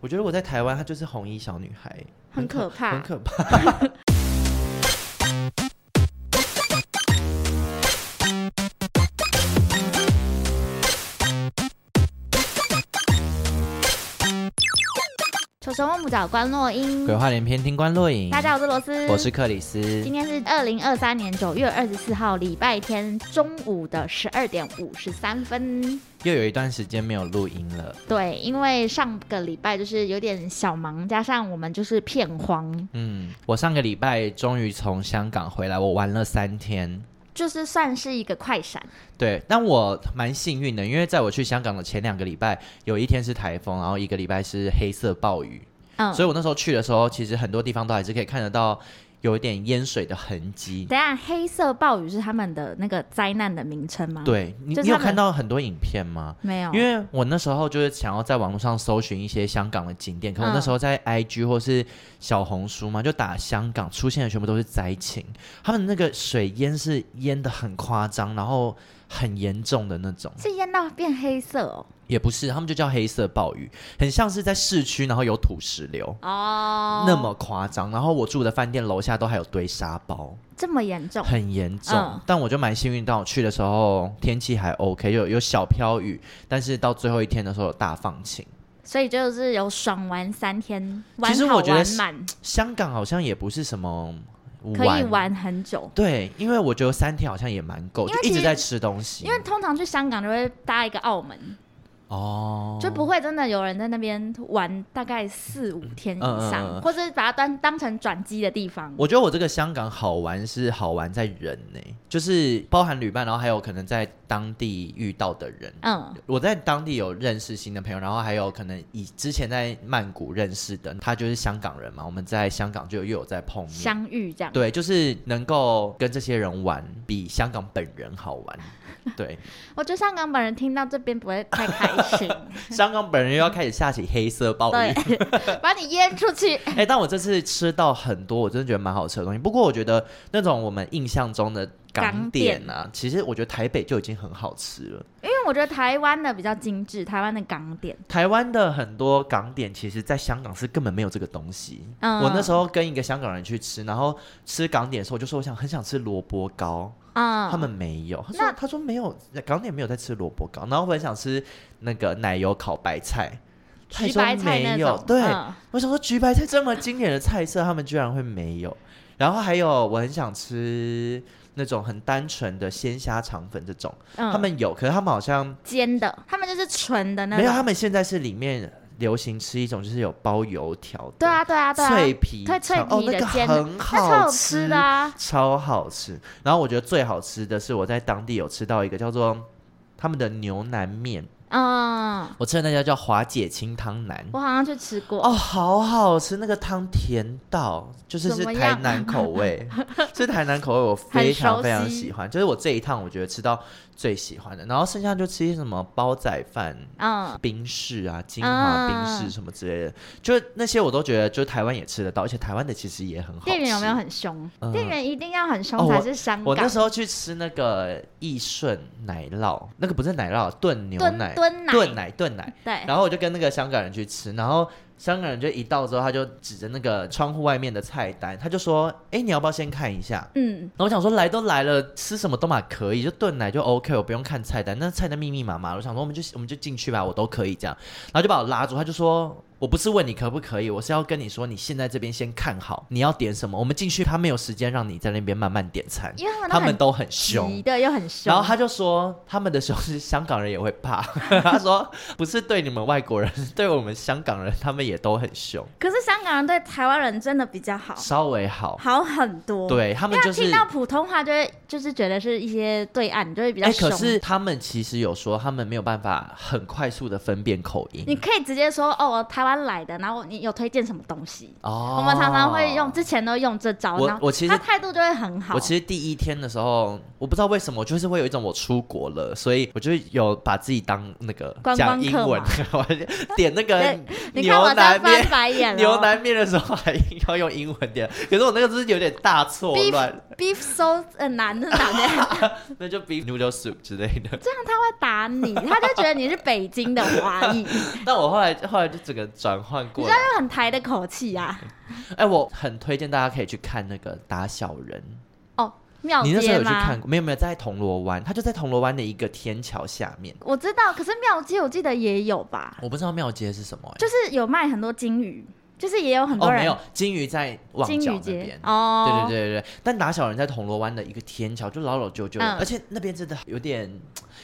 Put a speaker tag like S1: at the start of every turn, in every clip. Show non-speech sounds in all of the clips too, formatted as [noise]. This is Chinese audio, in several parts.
S1: 我觉得我在台湾，她就是红衣小女孩，
S2: 很可怕
S1: 很可怕。
S2: 求神问卜找关洛英。
S1: 鬼话连篇，听官落影。
S2: 大家好，我是罗
S1: 啊
S2: 斯，
S1: 我是克里斯
S2: 今。天是二零二三年九月二十四号，礼拜天中午的十二点五十三分。
S1: 又有一段时间没有录音了，
S2: 对，因为上个礼拜就是有点小忙，加上我们就是片荒，
S1: 嗯，我上个礼拜终于从香港回来，我玩了三天。
S2: 就是算是一个快闪。
S1: 对，但我蛮幸运的，因为在我去香港的前两个礼拜，有一天是台风，然后一个礼拜是黑色暴雨，
S2: 嗯，
S1: 所以我那时候去的时候，其实很多地方都还是可以看得到有一点淹水的痕迹。
S2: 等一下黑色暴雨是他们的那个灾难的名称吗？，
S1: 对你，
S2: 啊就是
S1: 你有
S2: 他们
S1: 看到很多影片吗？
S2: 没有，
S1: 因为我那时候就是想要在网络上搜寻一些香港的景点，可
S2: 嗯
S1: 我那时候在 IG 或是小红书嘛，就打香港出现的全部都是灾情，他们那个水淹是淹的很夸张，然后很严重的那种，
S2: 是淹到变黑色哦。
S1: 也不是，他们就叫黑色暴雨，很像是在市区，然后有土石流。
S2: 哦，
S1: 那么夸张，然后我住的饭店楼下都还有堆沙包，
S2: 这么严重？
S1: 很严重。
S2: 嗯
S1: 但我就蛮幸运，当我去的时候天气还 OK，有有小飘雨，但是到最后一天的时候有大放晴。
S2: 所以就是有爽玩三天，玩
S1: 其实
S2: 好
S1: 我觉得
S2: 玩
S1: 是
S2: 满，
S1: 香港好像也不是什么
S2: 可以玩很久。
S1: 对，因为我觉得三天好像也蛮够，
S2: 因
S1: 就一
S2: 为其
S1: 直
S2: 实
S1: 在吃东西。
S2: 因为通常去香港就会搭一个澳门，
S1: 哦，
S2: 就不会真的有人在那边玩大概四五天以上，
S1: 嗯嗯嗯嗯
S2: 或是把它当当成转机的地方。
S1: 我觉得我这个香港好玩是好玩在人呢、就是包含旅伴，然后还有可能在当地遇到的人。
S2: 嗯，
S1: 我在当地有认识新的朋友，然后还有可能以之前在曼谷认识的，他就是香港人嘛，我们在香港就又有在碰面。
S2: 相遇这样。
S1: 对，就是能够跟这些人玩，比香港本人好
S2: [laughs]
S1: 玩。对，
S2: 我觉得香港本人听到这边不会太开
S1: [laughs]
S2: 心，
S1: 香港本人又要开始下起黑色暴雨
S2: 对。，把你淹出去。
S1: 哎、但我这次吃到很多，我真的觉得蛮好吃的东西。不过我觉得那种我们印象中的港点啊，其实我觉得台北就已经很好吃了。
S2: 因为我觉得台湾的比较精致，台湾的港点。
S1: 台湾的很多港点，其实在香港是根本没有这个东西。
S2: 嗯
S1: 我那时候跟一个香港人去吃，然后吃港点的时候，我就说我想很想吃萝卜糕，
S2: 嗯，
S1: 他们没有。他
S2: 那
S1: 说他说没有港点没有在吃萝卜糕，然后我很想吃那个奶油烤白菜，他
S2: 橘
S1: 说
S2: 白菜那
S1: 没有
S2: 种，
S1: 对，
S2: 嗯
S1: 我想说，橘白菜这么经典的菜色，他们居然会没有。然后还有，我很想吃那种很单纯的鲜虾肠粉这种，
S2: 嗯
S1: 他们有，可是他们好像
S2: 煎的，他们就是纯的那种。
S1: 没有。他们现在是里面流行吃一种，就是有包油条的，
S2: 对啊，对啊，对啊，
S1: 脆皮
S2: 脆脆
S1: 肠哦
S2: 皮，的
S1: 那个
S2: 煎的
S1: 很
S2: 那超好
S1: 好
S2: 吃的啊。
S1: 超好吃。然后我觉得最好吃的是我在当地有吃到一个叫做他们的牛腩面，
S2: 嗯，
S1: 我吃的那家叫华姐清汤腩。
S2: 我好像去吃过。
S1: 哦，好好吃！那个汤甜到，就是是
S2: 怎么
S1: 台
S2: 样
S1: 南口
S2: [laughs]
S1: 味，是台南口味，我非常非常喜欢。就是我这一趟，我觉得吃到最喜欢的，然后剩下就吃一些什么煲仔饭、
S2: 嗯，
S1: 冰室啊、金华冰室什么之类的，就那些我都觉得，就台湾也吃得到，而且台湾的其实也很好吃。
S2: 店员有没有？很凶？
S1: 嗯
S2: 店员一定要很
S1: 哦
S2: 凶
S1: 我
S2: 才是香
S1: 我那
S2: 港。
S1: 时候去吃那个益顺奶酪，那个不是奶酪，炖牛
S2: 蹲
S1: 奶、
S2: 蹲奶，
S1: 炖奶、炖奶。
S2: 对，
S1: 然后我就跟那个香港人去吃，然后香港人就一到之后，他就指着那个窗户外面的菜单，他就说：“哎，你要不要先看一下
S2: 嗯？”，
S1: 然后我想说，来都来了，吃什么都嘛可以，就炖奶就 OK，我不用看菜单。那菜单密密麻麻，我想说我们就我们就进去吧，我都可以这样。然后就把我拉住，他就说：“我不是问你可不可以，我是要跟你说，你现在这边先看好你要点什么。我们进去，他没有时间让你在那边慢慢点餐，
S2: 因为
S1: 他
S2: 他们都
S1: 们
S2: 很
S1: 都很凶。”
S2: 急的又很凶。
S1: 然后他就说，他们的时候是香港人也会怕。 [laughs] 他说，不是对你们外国人，是对我们香港人，他们也都很凶，
S2: 可是香港人对台湾人真的比较好，
S1: 稍微好。
S2: 好很多。，
S1: 对他
S2: 因
S1: 们
S2: 为他
S1: 就是
S2: 听，到普通话就会就是觉得是一些对岸就会比较
S1: 哎，
S2: 凶
S1: 可。是他们其实有说，他们没有办法很快速的分辨口
S2: 你
S1: 音。
S2: 可以直接说哦，我台湾来的，然后你有推荐什么东西？
S1: 哦，
S2: 我们常常会用，。之前都用这招，然
S1: 我
S2: 后
S1: 我其
S2: 他
S1: 实
S2: 态度就会很好。
S1: 我其实第一天的时候，我不知道为什么，就是会有一种我出国了，所以我就有把自己当那个
S2: 观光
S1: 讲英
S2: 客
S1: 文， [laughs] 我就点那个
S2: 对你看
S1: 牛
S2: 我在
S1: 腩面
S2: 翻。白眼
S1: [laughs]
S2: 了，哦
S1: 牛腩面的时候还硬要用英文点，可是我那个就是有点大错乱，
S2: beef so 很难的难的，
S1: 那就 beef noodle soup 之类的。 [laughs]
S2: 这样他会打你，他就觉得你是北京的华裔， [laughs] 就
S1: 但我后来后来就整个转换过来，
S2: 很台的口气啊。
S1: 哎、我很推荐大家可以去看那个打小人。
S2: 哦，庙
S1: 你那时候有
S2: 街
S1: 去
S2: 吗
S1: 看？过？没有没有，在铜锣湾，它就在铜锣湾的一个天桥下面。
S2: 我知道，可是庙街我记得也有吧，
S1: 我不知道庙街是什么、欸，
S2: 啊就是有卖很多金鱼，就是也有很
S1: 哦
S2: 多
S1: 没
S2: 人
S1: 有，金鱼在旺
S2: 金
S1: 角
S2: 鱼
S1: 那
S2: 街
S1: 边。
S2: 哦，
S1: 对对对对对，但打小人在铜锣湾的一个天桥，就老老旧旧的，
S2: 嗯
S1: 而且那边真的有点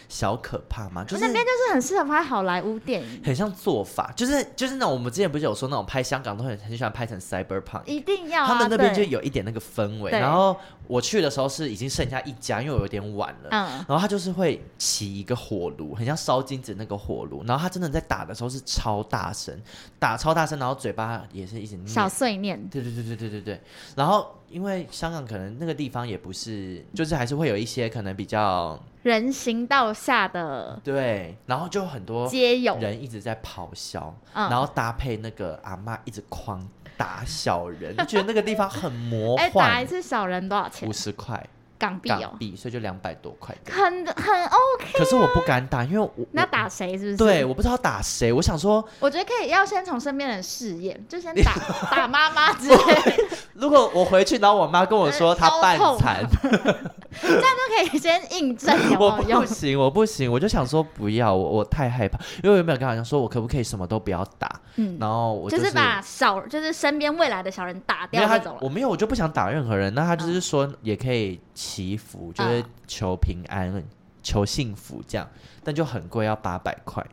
S1: 小可怕嘛，就是
S2: 那边就是很适合拍好莱坞电影，
S1: 很像做法，就是就是那种我们之前不是有说那种拍香港都很很喜欢拍成 cyberpunk，
S2: 一定要、啊。
S1: 他们那边就
S2: 对
S1: 有一点那个氛围。
S2: 对
S1: 然后我去的时候是已经剩下一家，因为我有点晚了。
S2: 嗯，
S1: 然后他就是会起一个火炉，很像烧金子那个火炉。然后他真的在打的时候是超大声，打超大声，然后嘴巴也是一直
S2: 小
S1: 念。
S2: 碎念，
S1: 对对对对对对对。然后因为香港可能那个地方也不是，就是还是会有一些可能比较
S2: 人行道下的
S1: 对，然后就有很多
S2: 街友，
S1: 哦人一直在咆哮，
S2: 嗯
S1: 然后搭配那个阿嬷一直狂打小人，就觉
S2: [laughs]
S1: 得那个地方很魔
S2: 哎、打一
S1: 幻。
S2: 次小人多少钱
S1: 哦五？十块
S2: 港币
S1: 港
S2: 哦，
S1: 币，所以就两百多块。
S2: 很很 OK。
S1: 可是我不敢打，因为我
S2: 那
S1: 我
S2: 打谁是不是？
S1: 对，，我不知道打谁。我想说，
S2: 我觉得可以要先从身边人试验，就先
S1: [laughs]
S2: 打打妈妈之类的，
S1: 如果我回去，然后我妈跟我说
S2: 呃
S1: 她
S2: 腰
S1: 半
S2: 痛 [laughs]
S1: 残，
S2: 这样就可以先印证有
S1: 我
S2: 没有
S1: 不
S2: 用。
S1: 行，我不行，我就想说不要，我我太害怕。因为我原本跟她讲说，我可不可以什么都不要打，
S2: 嗯，
S1: 然后我
S2: 就是
S1: 是
S2: 把小就是身边未来的小人打
S1: 没
S2: 掉
S1: 有
S2: 那
S1: 他
S2: 种，了。
S1: 我没有，我就不想打任何人。那他就是说，也可以祈福，就是求平安、
S2: 嗯
S1: 求幸福这样，但就很贵，要八百块，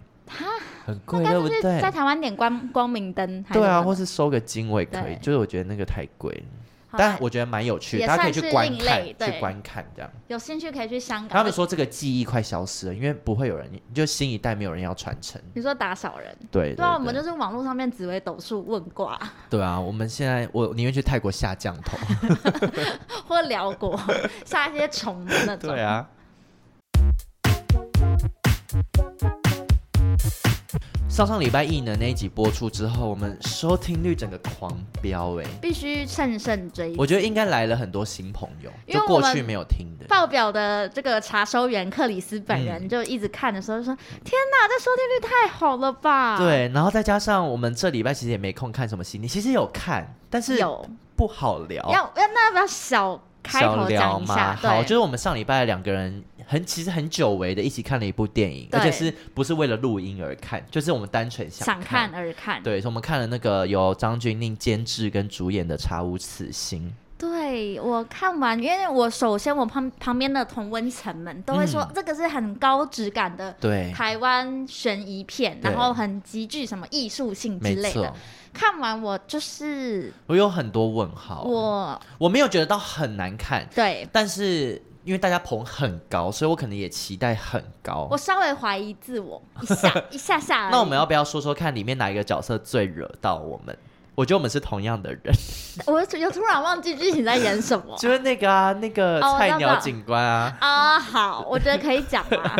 S1: 很贵，对
S2: 那
S1: 不
S2: 就是
S1: 对
S2: 在？台湾点光光明灯，还是
S1: 对啊，
S2: 什么
S1: 或是收个金我也可以，
S2: 对
S1: 就是我觉得那个太贵了，
S2: 好啦
S1: 但我觉得蛮有趣，
S2: 也
S1: 大家可以
S2: 算是
S1: 去观
S2: 另
S1: 看，
S2: 类对嗯
S1: 去观看这样。
S2: 有兴趣可以去香港。
S1: 他们说这个记忆快消失了，因为不会有人，就新一代没有人要传承。
S2: 你说打小人，
S1: 对
S2: 对啊，我们就
S1: 对
S2: 是网络上面紫微斗数问卦
S1: 对啊，我们现在我宁愿去泰国下降头。
S2: 或辽国 [laughs] 下一些虫的那种。
S1: 对啊。上上礼拜一呢那一集播出之后，我们收听率整个狂飙哎、
S2: 必须乘胜追击。
S1: 我觉得应该来了很多新朋友，
S2: 因为
S1: 就
S2: 我
S1: 过
S2: 们
S1: 去没有听的。
S2: 报表的这个查收员克里斯本
S1: 嗯
S2: 人就一直看的时候就说：“天哪，这收听率太好了吧？”，
S1: 对，然后再加上我们这礼拜其实也没空看什么戏，你其实有看，但是
S2: 有
S1: 不好聊。
S2: 要要那要不要小开
S1: 小
S2: 头
S1: 聊
S2: 讲一
S1: 嘛，
S2: 下？
S1: 好，
S2: 对，
S1: 就是我们上礼拜两个人很其实很久违的一起看了一部电影，而且
S2: 对
S1: 是不是为了录音而看，就是我们单纯
S2: 想
S1: 看
S2: 看而看。
S1: 对，所以我们看了那个由张钧甯监制跟主演的《查无此心
S2: 对我看完，因为我首先我旁旁边的同温层们都会说、
S1: 嗯
S2: 这个是很高质感的》，
S1: 对，
S2: 台湾悬疑片，
S1: 对
S2: 然后很极具什么艺术性之
S1: 没
S2: 类的
S1: 错。，
S2: 看完我就是
S1: 我有很多问号，我
S2: 我
S1: 我没有觉得到很难看，
S2: 对
S1: 但是因为大家捧很高，所以我可能也期待很高
S2: 我。稍微怀疑自我一
S1: [laughs]
S2: 下一下下而已。
S1: 那我们要不要说说看里面哪一个角色最惹到我们？我觉得我们是同样的人，
S2: 我又突然忘记剧情在演什
S1: [laughs]
S2: 么
S1: 就是那个啊，那个
S2: 哦我
S1: 菜
S2: 知
S1: 鸟
S2: 道
S1: 警官啊，
S2: 啊、好，我觉得可以讲啦。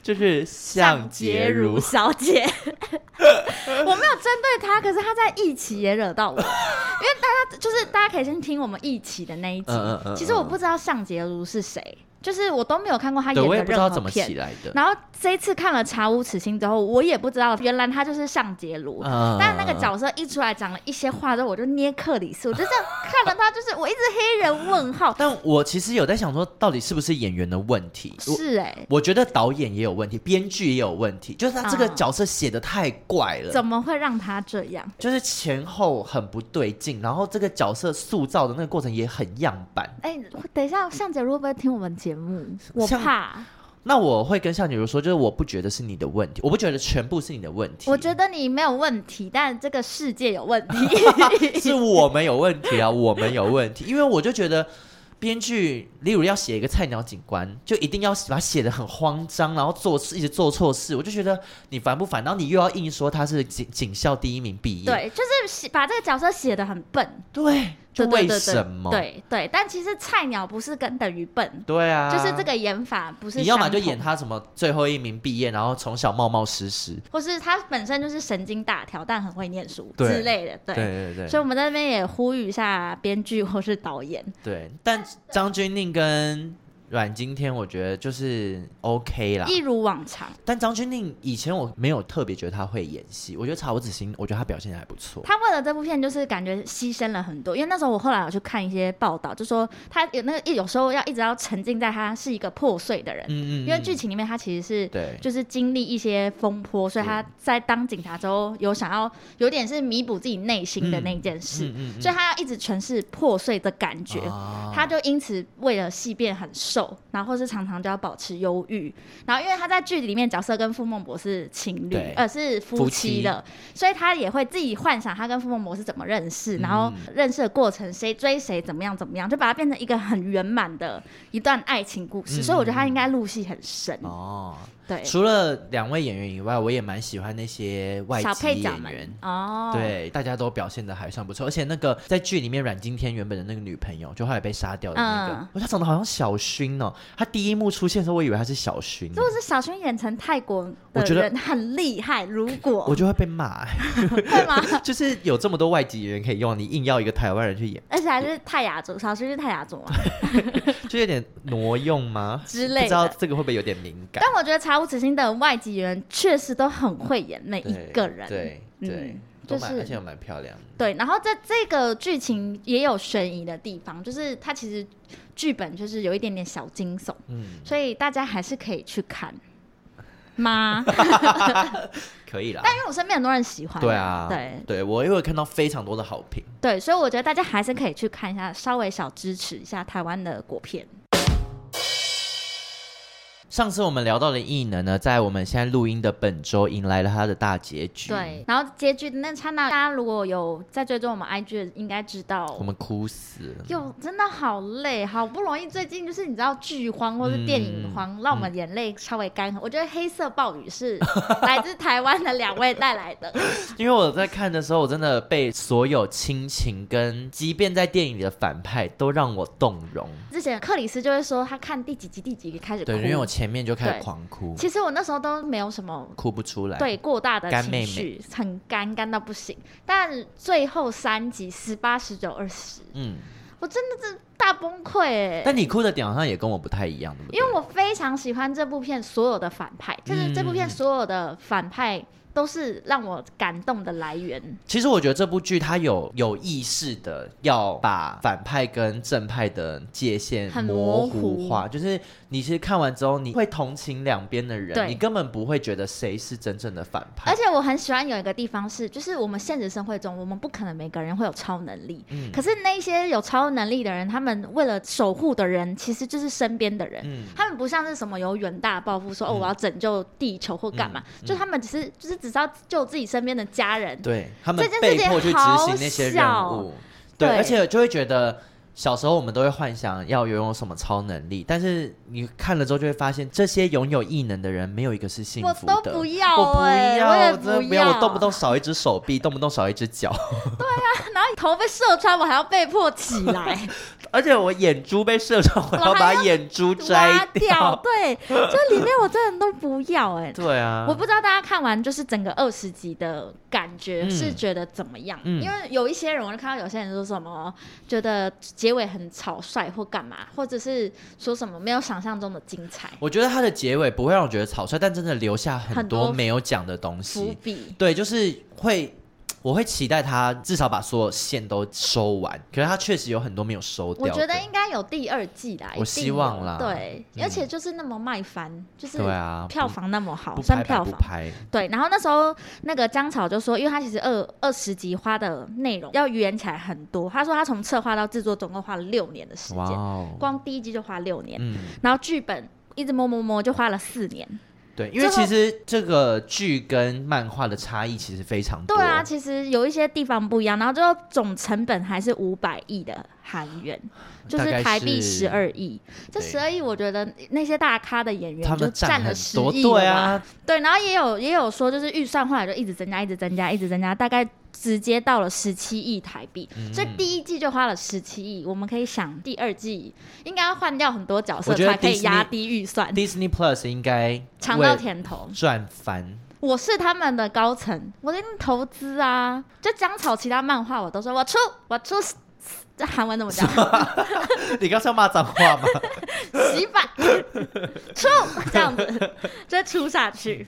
S1: 就是
S2: 向
S1: 向杰
S2: 杰
S1: 如
S2: 如。小姐，
S1: [laughs]
S2: 我没有针对她，可是她在一起也
S1: [laughs]
S2: 惹到我，因为大家就是大家可以先听我们一起的那一集。
S1: 嗯嗯嗯
S2: 其实我不知道向杰如是谁，就是我都没有看过她
S1: 对，
S2: 演
S1: 我也
S2: 的
S1: 不知道
S2: 任
S1: 怎
S2: 何
S1: 么起
S2: 片。
S1: 来的。
S2: 然后这一次看了《查无此心》之后，我也不知道原来她就是向杰如。
S1: 嗯
S2: 但那个角色一出来讲了一些话之后，我就捏克里斯，我就这样看了她，就是我一直黑人问号。
S1: 但我其实有在想说，到底是不是演员的问题？我
S2: 是哎、
S1: 我觉得导演也有问题，编剧也有问题，就是他这个
S2: 啊
S1: 角色写的太怪了，
S2: 怎么会让她这样？
S1: 就是前后很不对劲，然后这个角色塑造的那个过程也很样板。
S2: 哎、等一下，向姐会不会听我们节目？我
S1: 向
S2: 怕，
S1: 那我会跟向女如说，就是我不觉得是你的问题，我不觉得全部是你的问题，
S2: 我觉得你没有问题，但这个世界有问
S1: 啊
S2: 题。
S1: [laughs] 是我们有问题啊，我们有问题，因为我就觉得。编剧，例如要写一个菜鸟警官，就一定要把它写的很慌张，然后做事一直做错事，我就觉得你烦不烦？然后你又要硬说他是警警校第一名毕业，
S2: 对，就是写把这个角色写的很笨，
S1: 对，就
S2: 对对
S1: 为
S2: 对
S1: 什么？
S2: 对对，但其实菜鸟不是跟等于笨，
S1: 对啊，
S2: 就是这。个演法不是
S1: 你要么
S2: 相
S1: 就
S2: 同
S1: 演，他什么最后一名毕业，然后从小冒冒失失，
S2: 或是他本身就是神经大条，但很会念书
S1: 对
S2: 之类的，对。
S1: 对对
S2: 所以
S1: 对
S2: 我们在那边也呼吁一下编剧或是导演，
S1: 对。但张钧甯跟阮经天，我觉得就是 OK 啦。
S2: 一如往常，
S1: 但张钧甯以前我没有特别觉得他会演戏，我觉得查无止心，我觉得他表现得还不错。
S2: 他为了这部片就是感觉牺牲了很多。因为那时候我后来有去看一些报道，就说他有那个一有时候要一直要沉浸在他是一个破碎的人，
S1: 嗯嗯，
S2: 因为剧
S1: 情
S2: 情里面他其实是
S1: 对
S2: 就是经历一些风波，所以他在当警察之后有想要有点是弥补自己内心的那件事，
S1: 嗯
S2: 所以他要一直诠释破碎的感觉。
S1: 啊
S2: 他就因此为了戏变很瘦，然后或是常常就要保持忧郁，然后因为他在剧里面角色跟傅孟博是情侣
S1: 对，
S2: 呃是
S1: 夫
S2: 夫
S1: 妻嗯
S2: 妻的，所以他也会自己幻想他跟傅孟博是怎么认识，然后认识的过程谁追谁怎么样怎么样，就把它变成一个很圆满的一段爱情故事。
S1: 嗯
S2: 所以我觉得他应该入戏很深，
S1: 哦，
S2: 对，
S1: 除了两位演员以外，我也蛮喜欢那些外
S2: 小
S1: 籍
S2: 配角
S1: 演
S2: 们
S1: 员。
S2: 哦，，
S1: 对，大家都表现的还算不错，而且那个在剧里面阮经天原本的那个女朋友，就后来被杀掉的那个，
S2: 嗯
S1: 我觉得她长得好像小薰哦。她第一幕出现的时候，我以为她是小薰欸，
S2: 如哦果是小薰演成泰国
S1: 我
S2: 的
S1: 觉得
S2: 人很厉害，如
S1: 我
S2: 果
S1: 就会被骂 [laughs] 欸、
S2: 会吗？ [laughs]
S1: 就是有这么多外籍演员可以用，你硬要一个台湾人去演，
S2: 而且还是泰雅族，小薰是泰雅族嘛
S1: 就有点挪用吗？
S2: 之
S1: 不
S2: 类
S1: 知道
S2: 的。
S1: 这个会不会有点敏感？
S2: 但我觉得《查无此心》的外籍人确实都很会演每
S1: 对
S2: 一个人，
S1: 对
S2: 嗯
S1: 对，都蛮、
S2: 就是
S1: 而且又蛮漂亮的。
S2: 对然后在这个剧情也有悬疑的地方，就是它其实剧本就是有一点点小惊悚，
S1: 嗯，
S2: 所以大家还是可以去
S1: [laughs]
S2: 看吗？
S1: 可以啦。
S2: 但因为我身边很多人喜欢，
S1: 对啊，
S2: 对
S1: 对我也有看到非常多的好评。
S2: 对，所以我觉得大家还是可以去看一下，稍微小支持一下台湾的国片。
S1: 上次我们聊到的异能呢，在我们现在录音的本周迎来了它的大结局。，
S2: 对，然后结局的那刹那，大家如果有在追踪我们 IG，的应该知道
S1: 我们哭死了。
S2: 哟，真的好累，好不容易最近就是你知道剧荒或是电影荒，让我们眼泪稍微干涸。我觉得《黑色暴雨》是来自台湾的两位带来的，
S1: 因为我在看的时候，我真的被所有亲情跟，即便在电影里的反派，都让我动容。
S2: 之前克里斯就会说他看第几集第几集开始哭
S1: 对，，因为我前面就开始
S2: 对
S1: 狂哭，
S2: 其实我那时候都没有什么。
S1: 哭不出来。，
S2: 对过大的
S1: 干妹妹
S2: 情绪很干，干到不行。但最后三集十八、十九、二十，
S1: 嗯，
S2: 我真的是大崩溃哎、
S1: 但你哭的点好像也跟我不太一样，对不对？嗯
S2: 因为我非常喜欢这部片所有的反派，就是这部片所有的反派都是让我感动的来源。
S1: 其实我觉得这部剧它有有意识的要把反派跟正派的界限
S2: 很
S1: 模
S2: 模
S1: 糊
S2: 糊
S1: 化，就是你其实看完之后，你会同情两边的人，
S2: 对
S1: 你根本不会觉得谁是真正的反派
S2: 而。且我很喜欢有一个地方是，就是我们现实生活中，我们不可能每个人会有超能力，
S1: 嗯
S2: 可是那一些有超能力的人，他们为了守护的人，其实就是身边的人。
S1: 嗯，
S2: 他们不像是什么有远大抱负，说哦我要拯救地球或干嘛，
S1: 嗯
S2: 就他们只是就是只知道救自己身边的家人，
S1: 对他们
S2: 这件
S1: 被
S2: 事情
S1: 迫去执
S2: 好
S1: 行那些任
S2: 小
S1: 务，对，
S2: 对
S1: 而且就会觉得。小时候我们都会幻想要拥有什么超能力，但是你看了之后就会发现，这些拥有异能的人没有一个是幸
S2: 我
S1: 福的。
S2: 都不要
S1: 我不
S2: 哎、
S1: 要，
S2: 也
S1: 真的
S2: 不
S1: 要，
S2: 要，
S1: 我动不动少一只手臂，动不动少一只脚，
S2: 啊然后头被射穿，我还要被迫起
S1: [laughs]
S2: 来
S1: 而且我眼珠被射穿，我
S2: 还
S1: 要把
S2: 要
S1: 眼珠摘
S2: 挖掉，对，这里面我真的都不要哎、
S1: 对啊，
S2: 我不知道大家看完就是整个二十集的感觉
S1: 嗯
S2: 是觉得怎么样？
S1: 嗯
S2: 因为有一些人，我就看到有些人说什么觉得结尾很草率或干嘛，或者是说什么没有想象中的精彩
S1: 我觉得它的结尾不会让我觉得草率，但真的留下很
S2: 很多
S1: 多没有讲的东
S2: 伏
S1: 西。
S2: 笔。
S1: 对，就是会，我会期待他至少把所有线都收完，可是他确实有很多没有收掉
S2: 我
S1: 的。
S2: 觉得应该有第二季啦，
S1: 我
S2: 一定有
S1: 希望啦
S2: 对，
S1: 嗯
S2: 而且就是那么卖翻，就是
S1: 对啊
S2: 票
S1: 不
S2: 房那么好，
S1: 不
S2: 算
S1: 拍白
S2: 票
S1: 不
S2: 房
S1: 拍，
S2: 对，然后那时候那个江草就说，因为他其实二二十集花的内容要圆起来很多，他说他从策划到制作总共花了六年的时
S1: 哇
S2: 间，
S1: 哦，
S2: 光第一季就花六年，
S1: 嗯，
S2: 然后剧本一直摸摸摸就花了四年。
S1: 对，因为
S2: 最
S1: 其
S2: 后
S1: 实这个剧跟漫画的差异其实非常多。
S2: 对啊，其实有一些地方不一样，然后最后总成本还是五百亿的韩元，就
S1: 大概
S2: 台
S1: 是
S2: 币十二亿。这
S1: 对
S2: 十二亿，我觉得那些大咖的演
S1: 他
S2: 员就
S1: 们占
S2: 占
S1: 很
S2: 了十
S1: 多，
S2: 亿了
S1: 对
S2: 吧
S1: 啊，
S2: 对，然后也有也有说，就是预算后来就一直增加，一直增加，一直增加，大概直接到了十七亿台币，
S1: 嗯
S2: 所以第一季就花了十七亿。我们可以想，第二季应该要换掉很多角色
S1: 我觉得
S2: 才可以
S1: Disney-
S2: 压低预算，
S1: Disney Plus 应该
S2: 尝到甜头
S1: 为。赚翻。
S2: 我是他们的高层，我在那投资啊，就江草其他漫画我都说我出我出，这韩文
S1: [laughs]
S2: 怎么讲？
S1: 你刚才要骂脏话吗？
S2: 洗版出这样子， [laughs] 就出
S1: [laughs]
S2: 下去。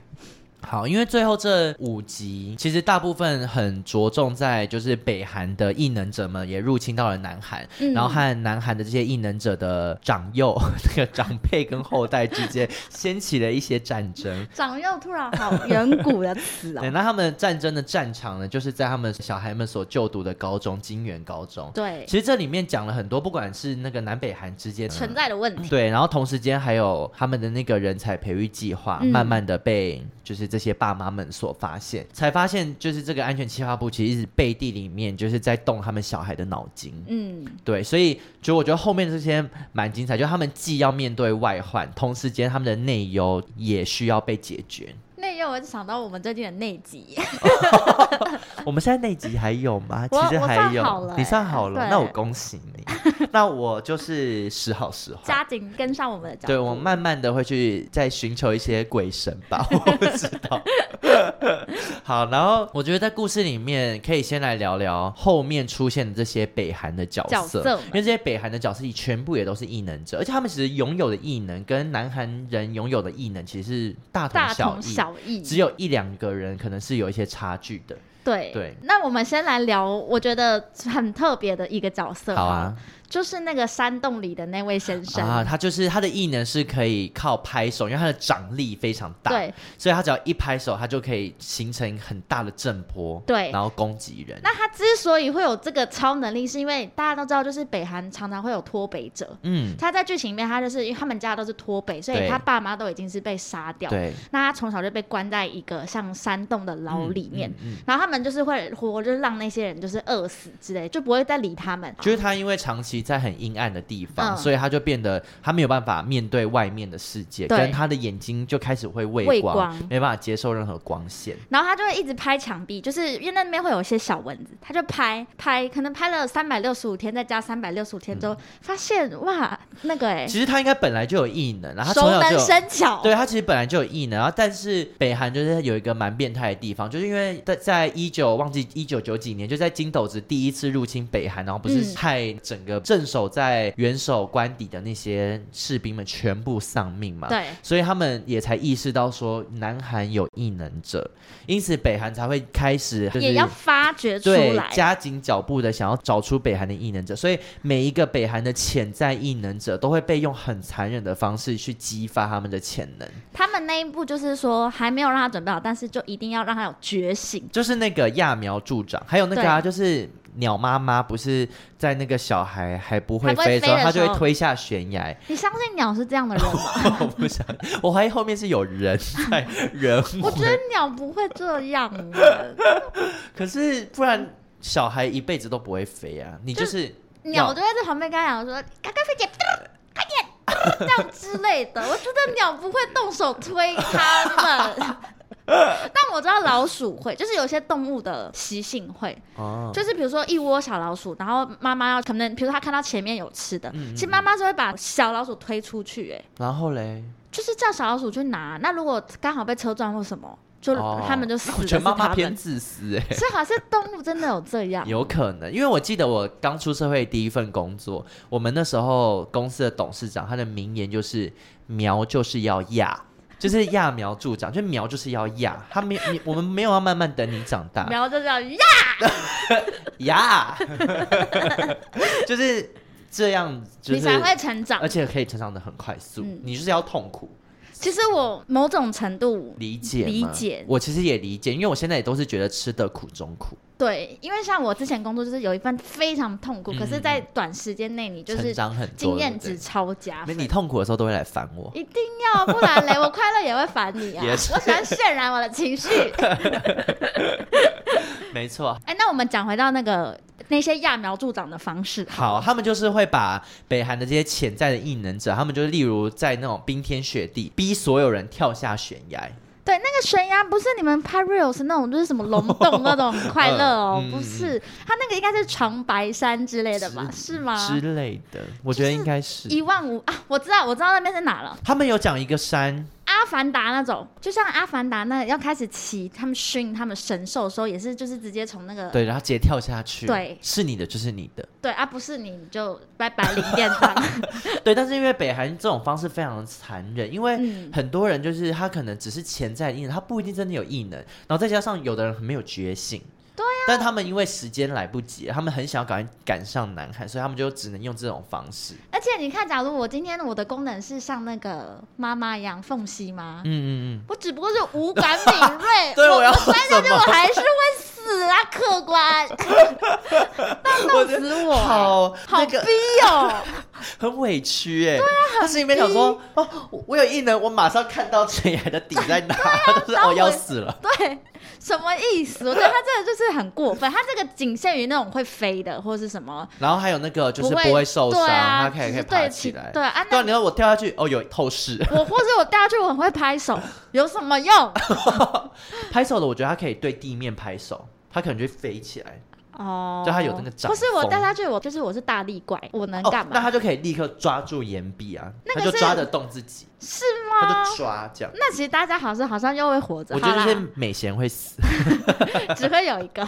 S1: 好，因为最后这五集其实大部分很着重在就是北韩的异能者们也入侵到了南韩，
S2: 嗯
S1: 然后和南韩的这些异能者的长幼、 [laughs] 那个长辈跟后代之间掀起了一些战争。
S2: 长幼突然好远古的词
S1: 对，
S2: 哦，
S1: 那他们战争的战场呢，就是在他们小孩们所就读的高中金源高中。
S2: 对，
S1: 其实这里面讲了很多，不管是那个南北韩之间
S2: 存在的问题。
S1: 对，然后同时间还有他们的那个人才培育计划，
S2: 嗯
S1: 慢慢的被就是这些爸妈们所发现，才发现就是这个安全计划部其实是背地里面就是在动他们小孩的脑筋。
S2: 嗯，
S1: 对，所以就我觉得后面这些蛮精彩，就他们既要面对外患，同时间他们的内忧也需要被解决。
S2: 内忧我就想到我们最近的内集， [laughs]
S1: 我们现在那集还有吗？其
S2: 啊我
S1: 实
S2: 我
S1: 还
S2: 上
S1: 有，
S2: 好了
S1: 你
S2: 欸
S1: 上好了，
S2: 对
S1: 那我恭喜你。 [laughs] 那我就是时好时坏，
S2: 加紧跟上我们的脚步。
S1: 对，我慢慢的会去再寻求一些鬼神
S2: [laughs]
S1: 吧，我不知道。 [laughs] 好，然后我觉得在故事里面可以先来聊聊后面出现的这些北韩的角色，
S2: 角色们
S1: 因为这些北韩的角色其实全部也都是异能者，而且他们其实拥有的异能跟南韩人拥有的异能其实是大同
S2: 大
S1: 小
S2: 同
S1: 异，
S2: 小异，
S1: 只有一两个人可能是有一些差距的。
S2: 对
S1: 对
S2: 那我们先来聊，我觉得很特别的一个角色，
S1: 好啊，，
S2: 就是那个山洞里的那位先生。
S1: 啊，他就是他的异能是可以靠拍手，因为他的掌力非常大，
S2: 对，
S1: 所以他只要一拍手，他就可以形成很大的震波，
S2: 对
S1: 然后攻击人。
S2: 那他之所以会有这个超能力，是因为大家都知道，就是北韩常常会有脱北者。
S1: 嗯，
S2: 他在剧情里面，他就是因为他们家都是脱北，所以
S1: 对
S2: 他爸妈都已经是被杀掉。
S1: 对，
S2: 那他从小就被关在一个像山洞的牢里面，
S1: 嗯，嗯
S2: 然后他们就是会活，就是让那些人就是饿死之类，就不会再理他们。
S1: 就是他因为长期在很阴暗的地方，
S2: 嗯
S1: 所以他就变得他没有办法面对外面的世界，
S2: 对
S1: 跟他的眼睛就开始会畏
S2: 畏
S1: 光，
S2: 光
S1: 没办法接受任何光线。
S2: 然后他就会一直拍墙壁，就是因为那边会有一些小蚊子，他就拍拍，可能拍了三百六十五天，再加三百六十五天之后，发现哇，那个哎、
S1: 嗯其实他应该本来就有异能，啊然后他
S2: 熟
S1: 从小就
S2: 能
S1: 有
S2: 生巧，
S1: 对啊他其实本来就有异能，然后但是北韩就是有一个蛮变态的地方，就是因为在在一九忘记一九九几年，就在金斗子第一次入侵北韩，然后不是
S2: 嗯
S1: 害整个镇守在元首官邸的那些士兵们全部丧命嘛。。
S2: 对
S1: 所以他们也才意识到说南韩有异能者，因此北韩才会开始就是
S2: 也要发掘出
S1: 对
S2: 来。
S1: 加紧脚步的想要找出北韩的异能者，所以每一个北韩的潜在异能者都会被用很残忍的方式去激发他们的潜能。
S2: 他们那一步就是说还没有让他准备好，但是就一定要让他有觉醒。
S1: 就是那个揠苗助长，还有那个啊，就是鸟妈妈不是在那个小孩还不会
S2: 还不会
S1: 飞的时候，
S2: 飞的
S1: 它就
S2: 时
S1: 会
S2: 候
S1: 推下悬崖。 [laughs]
S2: 你相信鸟是这样的人吗？
S1: 我不想，我怀疑后面是有人在人
S2: 我觉得
S1: 为，
S2: 鸟不会这样啊。
S1: 可是不然小孩一辈子都不会飞啊。你就是
S2: 鸟
S1: 要
S2: 就会在旁边跟他讲说：“赶快飞姐，快点，这 [laughs] 样之类的。”我觉得鸟不会动手推他们， [laughs] 但我知道老鼠会，就是有些动物的习性会，
S1: 哦，
S2: 就是比如说一窝小老鼠，然后妈妈要可能，比如说她看到前面有吃的，
S1: 嗯
S2: 其实妈妈是会把小老鼠推出去、欸，
S1: 然后嘞，
S2: 就是叫小老鼠去拿。那如果刚好被车撞或什么，就、
S1: 哦
S2: 他们就死了。
S1: 我觉得妈
S2: 是他
S1: 妈
S2: 们
S1: 偏自私哎、
S2: 所以好像动物真的有这样，
S1: 有可能，因为我记得我刚出社会第一份工作，我们那时候公司的董事长他的名言就是“苗就是要揠”，就是 [laughs] 揠苗助长，就苗就是要揠，他没你我们没有要慢慢等你长大
S2: 然后就这样呀，
S1: 呀， [laughs] 就是这样，就
S2: 你
S1: 是
S2: 才会成长
S1: 而。且可以成长的很快速，
S2: 嗯
S1: 你就是要痛苦。
S2: 其实我某种程度
S1: 理解吗
S2: 理解
S1: 我其实也理解，因为我现在也都是觉得吃的苦中苦，
S2: 对，因为像我之前工作就是有一份非常痛苦，
S1: 嗯
S2: 可是，在短时间内你就
S1: 成
S2: 是
S1: 长很多，
S2: 经验
S1: 对
S2: 值
S1: 不对
S2: 超加
S1: 没
S2: 分
S1: 你。痛苦的时候都会来烦
S2: [laughs]
S1: 我，
S2: 一定要，不然嘞，我快乐也会烦你
S1: [laughs]
S2: 啊！
S1: 也
S2: 我
S1: 是
S2: 喜欢渲染我的
S1: [laughs]
S2: 情绪。
S1: 没错，
S2: 哎，那我们讲回到那个那些揠苗助长的方式。
S1: 好，他们就是会把北韩的这些潜在的异能者，他们就是例如在那种冰天雪地，逼所有人跳下悬崖。
S2: 对，那那个悬崖不是你们拍 reels 那种，就是什么龙洞那种很快乐哦，
S1: [laughs] 嗯嗯嗯
S2: 不是，它那个应该是长白山之类的吧？是吗？
S1: 之类的，我觉得应该是。
S2: 一万五啊！我知道，我知道那边是哪了，
S1: 他们有讲一个山，
S2: 阿凡达那种，就像阿凡达那要开始骑他们训他们神兽的时候，也是就是直接从那个
S1: 对，然后直接跳下去，
S2: 呃对
S1: 是你的就是你的，
S2: 对啊，不是你你就拜拜零便
S1: [laughs]
S2: 当，
S1: 对。但是因为北韩这种方式非常的残忍，因为
S2: 嗯
S1: 很多人就是他可能只是潜在的异能，他不一定真的有异能，然后再加上有的人很没有觉醒。对
S2: 啊
S1: 呀、但他们因为时间来不及，他们很想要赶快赶上南韩，所以他们就只能用这种方式。
S2: 而且你看，假如我今天我的功能是像那个妈妈一样缝隙吗？
S1: 嗯嗯，
S2: 我只不过是五感敏锐
S1: [laughs] 对我要
S2: 摔下去
S1: 什么
S2: 我还是会死啊，客
S1: [laughs]
S2: 官，
S1: 嗯，
S2: 弄死我，
S1: 好
S2: 好
S1: 那
S2: 逼
S1: 个
S2: 哦， [laughs]
S1: 很委屈哎、对啊，他心里面想说哦，我我有异能，我马上看到悬崖的底在哪，他 [laughs] 就是
S2: 啊然后
S1: 哦
S2: 我
S1: 要死了。
S2: 对，什么意思？我觉得他这个就是很过分，他这个仅限于那种会飞的或是什么，
S1: 然后还有那个就是
S2: 不会
S1: 不会受伤，
S2: 对啊
S1: 他可以
S2: 只
S1: 可以
S2: 是
S1: 爬
S2: 对
S1: 起
S2: 其
S1: 来。
S2: 对啊那
S1: 对啊，你说我跳下去，哦，有透视， [laughs]
S2: 我或者我掉下去我很会拍手，有什么用？
S1: 拍手的，我觉得他可以对地面拍手，他可能就会飞起来。
S2: 哦，
S1: 就他有那个掌
S2: 不是我
S1: 风
S2: 掉下去，我就是我是大力怪，我能
S1: 哦
S2: 啊干，嘛？
S1: 那他就可以立刻抓住岩壁啊，
S2: 那
S1: 他
S2: 个
S1: 就是抓得动自己，
S2: 是
S1: 他
S2: 吗？
S1: 就抓这样。
S2: 那其实大家好像好像又会活着，
S1: 我觉得
S2: 好
S1: 就是
S2: 啦
S1: 美贤会死， [laughs]
S2: 只会有一个，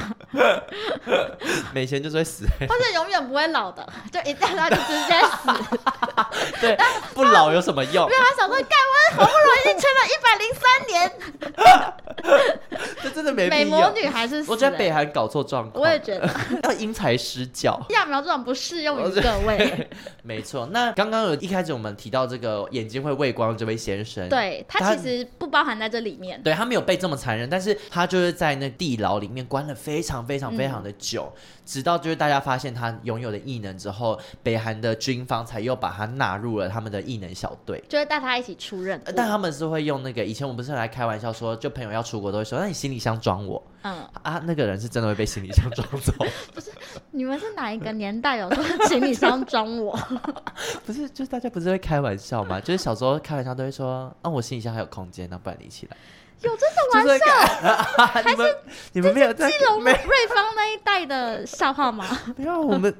S1: 美贤就是会
S2: [laughs]
S1: 死，
S2: 或者永远不会老的，就一掉下去直
S1: [laughs]
S2: 接死。
S1: 对，不老有什么用
S2: 没？有，他想说，盖我好不容易撑了一百零三年，
S1: 这真的 [laughs] 没
S2: 美
S1: 必
S2: 魔
S1: 要。
S2: 女还是死了。
S1: 我觉得北韩搞错状况，
S2: 我也觉得
S1: [laughs] 要因材施教。
S2: 揠苗这种不适用于各位。
S1: [laughs] 没错，那刚刚有一开始我们提到这个眼睛会畏光的这位先生，
S2: 对，
S1: 他
S2: 它其实不包含在这里面。
S1: 对他没有被这么残忍，但是他就是在那地牢里面关了非常非常非常的久，直到就是大家发现他拥有的异能之后，北韩的军方才又把他纳入了他们的异能小队。
S2: 就会带他一起出任务
S1: 呃，但他们是会用那个，以前我们不是来开玩笑说，就朋友要出国都会说，那你行李箱装我
S2: 嗯，
S1: 啊，那个人是真的会被行李箱装走，
S2: 你们是哪一个年代有说行李箱装
S1: [laughs]
S2: 我？
S1: 不是？就是大家不是会开玩笑嘛， [laughs] 就是小时候开玩笑都会说，啊，我行李箱还有空间，那不然你一起来， [laughs]
S2: 有这种
S1: 就是会
S2: 玩笑？
S1: 看你们你们没有在
S2: 基隆
S1: 没
S2: 瑞芳那一代的笑话吗？
S1: [laughs] 没有我
S2: [laughs]
S1: 们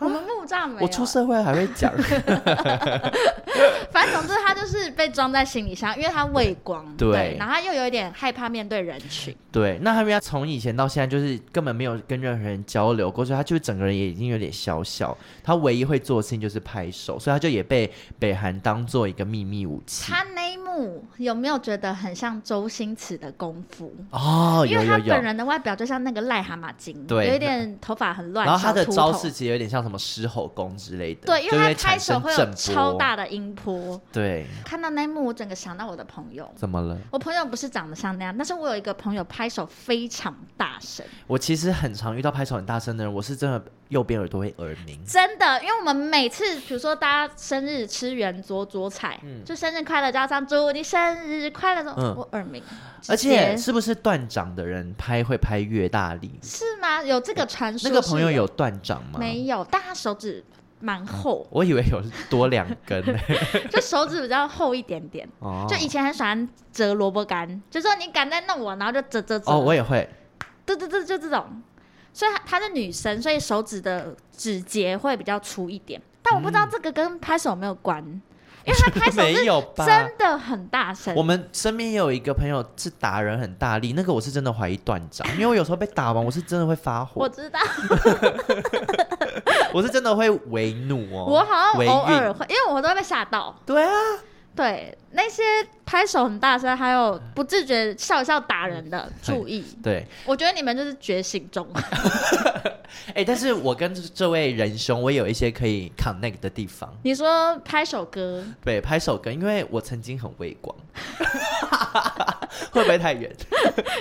S2: 我们木栅没有。啊
S1: 我出社会还会讲， [laughs]
S2: 反正总之他就是被装在行李箱，因为他畏光，
S1: 对
S2: 然后他又有一点害怕面对人群，
S1: 对，那他们家从以前到现在就是根本没有跟任何人交流过，所以他就是整个人也已经有点小小。他唯一会做的事情就是拍手，所以他就也被北韩当做一个秘密武器。
S2: 他那一幕有没有觉得很像周星驰的功夫？
S1: 哦，
S2: 因
S1: 有
S2: 为他
S1: 有有
S2: 本。人的外表就像那个癞蛤蟆精，
S1: 对
S2: 有一点头发很乱，
S1: 然后他的
S2: 小秃
S1: 招
S2: 头
S1: 式其实有点像什么狮吼功之类的，
S2: 对，因
S1: 就
S2: 为他
S1: 会产
S2: 拍手
S1: 生
S2: 会有
S1: 震
S2: 超
S1: 波
S2: 大。的音波。
S1: 对，
S2: 看到那一幕，我整个想到我的朋友。
S1: 怎么了？
S2: 我朋友不是长得像那样，但是我有一个朋友拍手非常大声，
S1: 我其实很常遇到拍手很大声的人，我是真的右边耳朵会耳鸣。
S2: 真的，因为我们每次比如说大家生日吃圆桌桌菜，就生日快乐加上祝你生日快乐这种，
S1: 嗯
S2: 我耳鸣，
S1: 而
S2: 直接
S1: 且是不是断掌的人拍会拍越大力？
S2: 是吗？有这个传说？
S1: 那个朋友有断掌吗？，
S2: 没有？但他手指蛮厚 [laughs]
S1: 我以为有多两根呢、
S2: 就手指比较厚一点点。
S1: 哦
S2: 就以前很喜欢折萝卜干，就说你敢再弄我，然后就折折折。
S1: 哦，我也会，
S2: 对对对，就这种。所以她她是女生，所以手指的指节会比较粗一点。但我不
S1: 嗯
S2: 知道这个跟拍手有没有关，因为她拍手
S1: 没
S2: 是
S1: 有吧？
S2: 真的很大声
S1: 我。们身边也有一个朋友是打人很大力，那个我是真的怀疑断掌，因为我有时候被打完，我是真的会发火，
S2: 我
S1: 我
S2: 知道，
S1: 是真的会为怒哦，
S2: 我好像
S1: 为
S2: 偶尔
S1: 运
S2: 会，因为我都会被吓到。
S1: 对啊，
S2: 对，那些拍手很大声，还有不自觉笑一笑打人
S1: 嗯
S2: 的，注意。
S1: 对，
S2: 我觉得你们就是觉醒
S1: [laughs]
S2: 中，
S1: 哎、但是我跟这位仁兄，我有一些可以 connect 的地方，
S2: 你说拍手歌，
S1: 对，拍手歌，因为我曾经很畏光， [laughs] 会不会太远？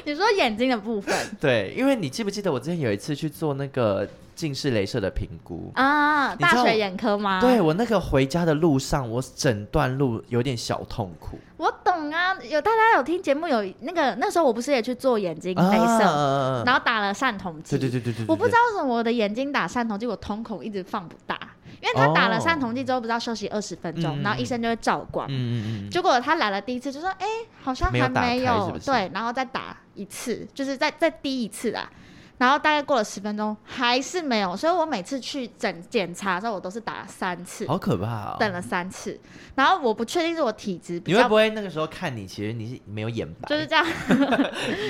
S2: 你说眼睛的
S1: [laughs]
S2: 部分
S1: 对，因为你记不记得我之前有一次去做那个近视雷射的评估，
S2: 啊，
S1: 你知道
S2: 大学眼科吗？
S1: 对我那个回家的路上，我整段路有点小痛苦。
S2: 我懂啊，有大家有听节目有那个那时候我不是也去做眼睛
S1: 啊
S2: 镭射，
S1: 嗯嗯嗯
S2: 然后打了散瞳剂。
S1: 对对对对对，
S2: 我不知
S1: 道
S2: 道为什么我的眼睛打散瞳剂，我瞳孔一直放不大，因因为他打了
S1: 哦
S2: 三酮剂之后，不是要休息二十分钟，
S1: 嗯
S2: 然后医生就会照管。
S1: 嗯嗯嗯
S2: 结果他来了第一次就说：“哎、好像
S1: 没有
S2: 还
S1: 打开
S2: 没有。
S1: 是不是
S2: 对，然后再打一次，就是再再滴一次啊。然后大概过了十分钟，还是没有。所以我每次去诊检查的时候，我都是打三次
S1: 嗯，，好可怕
S2: 等
S1: 哦！
S2: 了三次。然后我不确定是我体质比
S1: 你会
S2: 较
S1: 不，会那个时候看你，其实你是没有眼白，
S2: 就是这样。 [laughs]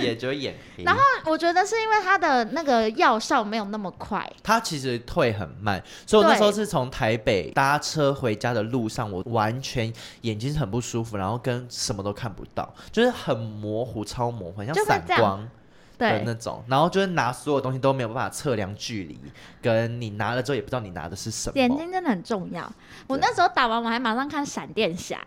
S1: 也只有眼黑。
S2: 然后我觉得是因为它的那个药效没有那么快，
S1: 它其实退很慢，所以我那时候是从台北搭车回家的路上，我完全眼睛是很不舒服，然后跟什么都看不到，就是很模糊，超模糊，很像
S2: 就会
S1: 散
S2: 这样
S1: 光的
S2: 对
S1: 那种。然后就是拿所有东西都没有办法测量距离，跟你拿了之后也不知道你拿的是什么。
S2: 眼睛真的很重要。我那时候打完，我还马上看闪电侠，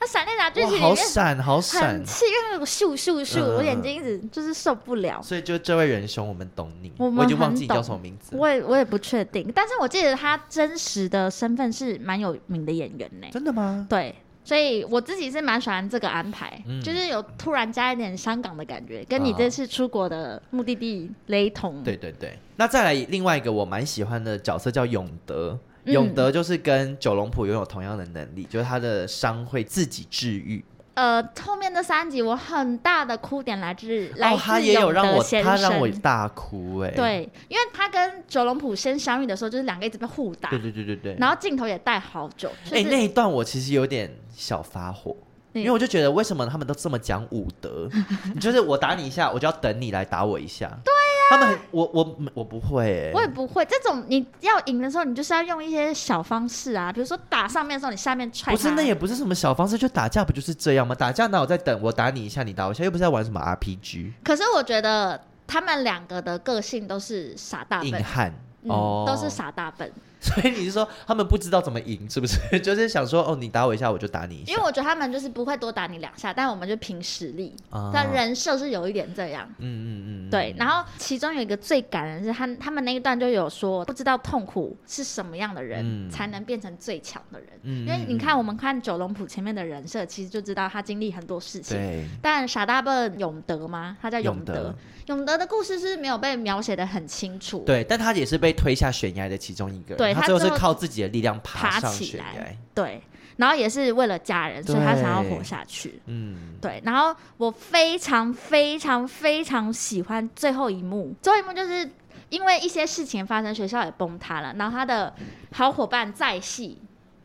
S2: 那闪电侠剧
S1: 哇，
S2: 情里
S1: 好
S2: 面
S1: 闪，好闪
S2: 很！气，因为那个咻咻
S1: 嗯
S2: 咻，
S1: 嗯嗯
S2: 我眼睛一直就是受不了。
S1: 所以就这位仁兄，我们懂你。
S2: 我
S1: 我
S2: 们
S1: 已经忘
S2: 很
S1: 记你叫
S2: 懂
S1: 什么名字了，
S2: 我也我也不确定，但是我记得他真实的身份是蛮有名的演员呢、
S1: 真的吗？
S2: 对，所以我自己是蛮喜欢这个安排，
S1: 嗯
S2: 就是有突然加一点香港的感觉，跟你
S1: 啊
S2: 这次出国的目的地雷同。
S1: 对对对，那再来另外一个我蛮喜欢的角色叫永德。
S2: 嗯
S1: 永德就是跟九龙浦拥有同样的能力，就是他的伤会自己治愈。
S2: 呃，后面这三集我很大的哭点来自来
S1: 哦，
S2: 自
S1: 他也有
S2: 永
S1: 让
S2: 德
S1: 我，
S2: 先
S1: 他让我
S2: 生
S1: 大哭哎、
S2: 对，因为他跟九龙浦先相遇的时候，就是两个一直被互打，
S1: 对对对对对。
S2: 然后镜头也带好久，就
S1: 哎、
S2: 是
S1: 那一段我其实有点小发火，
S2: 嗯
S1: 因为我就觉得为什么他们都这么讲武
S2: [laughs]
S1: 德？你就是我打你一下，我就要等你来打我一下。对呀、他们很我我我不会哎、
S2: 我也不会。这种你要赢的时候，你就是要用一些小方式啊，比如说打上面的时候，你下面踹
S1: 不是，
S2: 他
S1: 那也不是什么小方式，就打架不就是这样吗？打架哪有在等我打你一下，你打我一下，又不是在玩什
S2: 啊
S1: 么 RPG
S2: 可是我觉得他们两个的个性都是傻大
S1: 硬
S2: 笨，
S1: 汉、
S2: 嗯，
S1: 哦，
S2: 都是。傻大笨。
S1: 所以你是说他们不知道怎么赢，是不是？ [laughs] 就是想说哦，你打我一下，我就打你一下。
S2: 因为我觉得他们就是不会多打你两下，但我们就凭实力。
S1: 啊
S2: 但人设是有一点这样。
S1: 嗯嗯嗯，嗯
S2: 对，，然后其中有一个最感人是他他们那一段就有说，不知道痛苦是什么样的人、
S1: 嗯
S2: 才能变成最强的人。
S1: 嗯
S2: 因为你看，我们看九龙浦前面的人设，其实就知道他经历很多事情。
S1: 对，
S2: 但傻大笨永德吗？他叫永
S1: 永
S2: 德。
S1: 德
S2: 永德的故事是没有被描写的很清楚。
S1: 对，但他也是被推下悬崖的其中一个人，
S2: 对
S1: 他
S2: 他
S1: 最后是
S2: 最后
S1: 靠自己的力量
S2: 爬
S1: 上
S2: 起
S1: 悬崖
S2: 来。对然后也是为了家人，所以他想要
S1: 对
S2: 活下去。
S1: 嗯，
S2: 对，然后我非常非常非常喜欢最后一幕，最后一幕就是因为一些事情发生，学校也崩塌了，然后他的好伙伴在戏，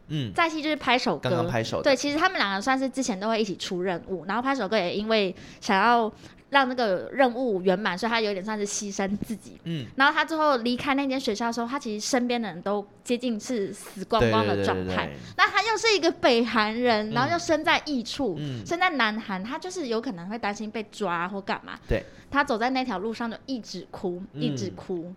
S1: 嗯，
S2: 在戏就是拍手歌，
S1: 刚刚拍手的，
S2: 对，其实他们两个算是之前都会一起出任务，然后拍手哥也因为想要让那个任务圆满，所以他有点算是牺牲自己。
S1: 嗯，
S2: 然后他最后离开那间学校的时候，他其实身边的人都接近是死光
S1: 对
S2: 光
S1: 对
S2: 的
S1: 对
S2: 状
S1: 对
S2: 态
S1: 对。，
S2: 那他又是一个北韩人，
S1: 嗯
S2: 然后又身在异处，
S1: 嗯
S2: 身在南韩，他就是有可能会担心被抓或干嘛。
S1: 对，
S2: 他走在那条路上就一直哭，
S1: 嗯
S2: 一直哭，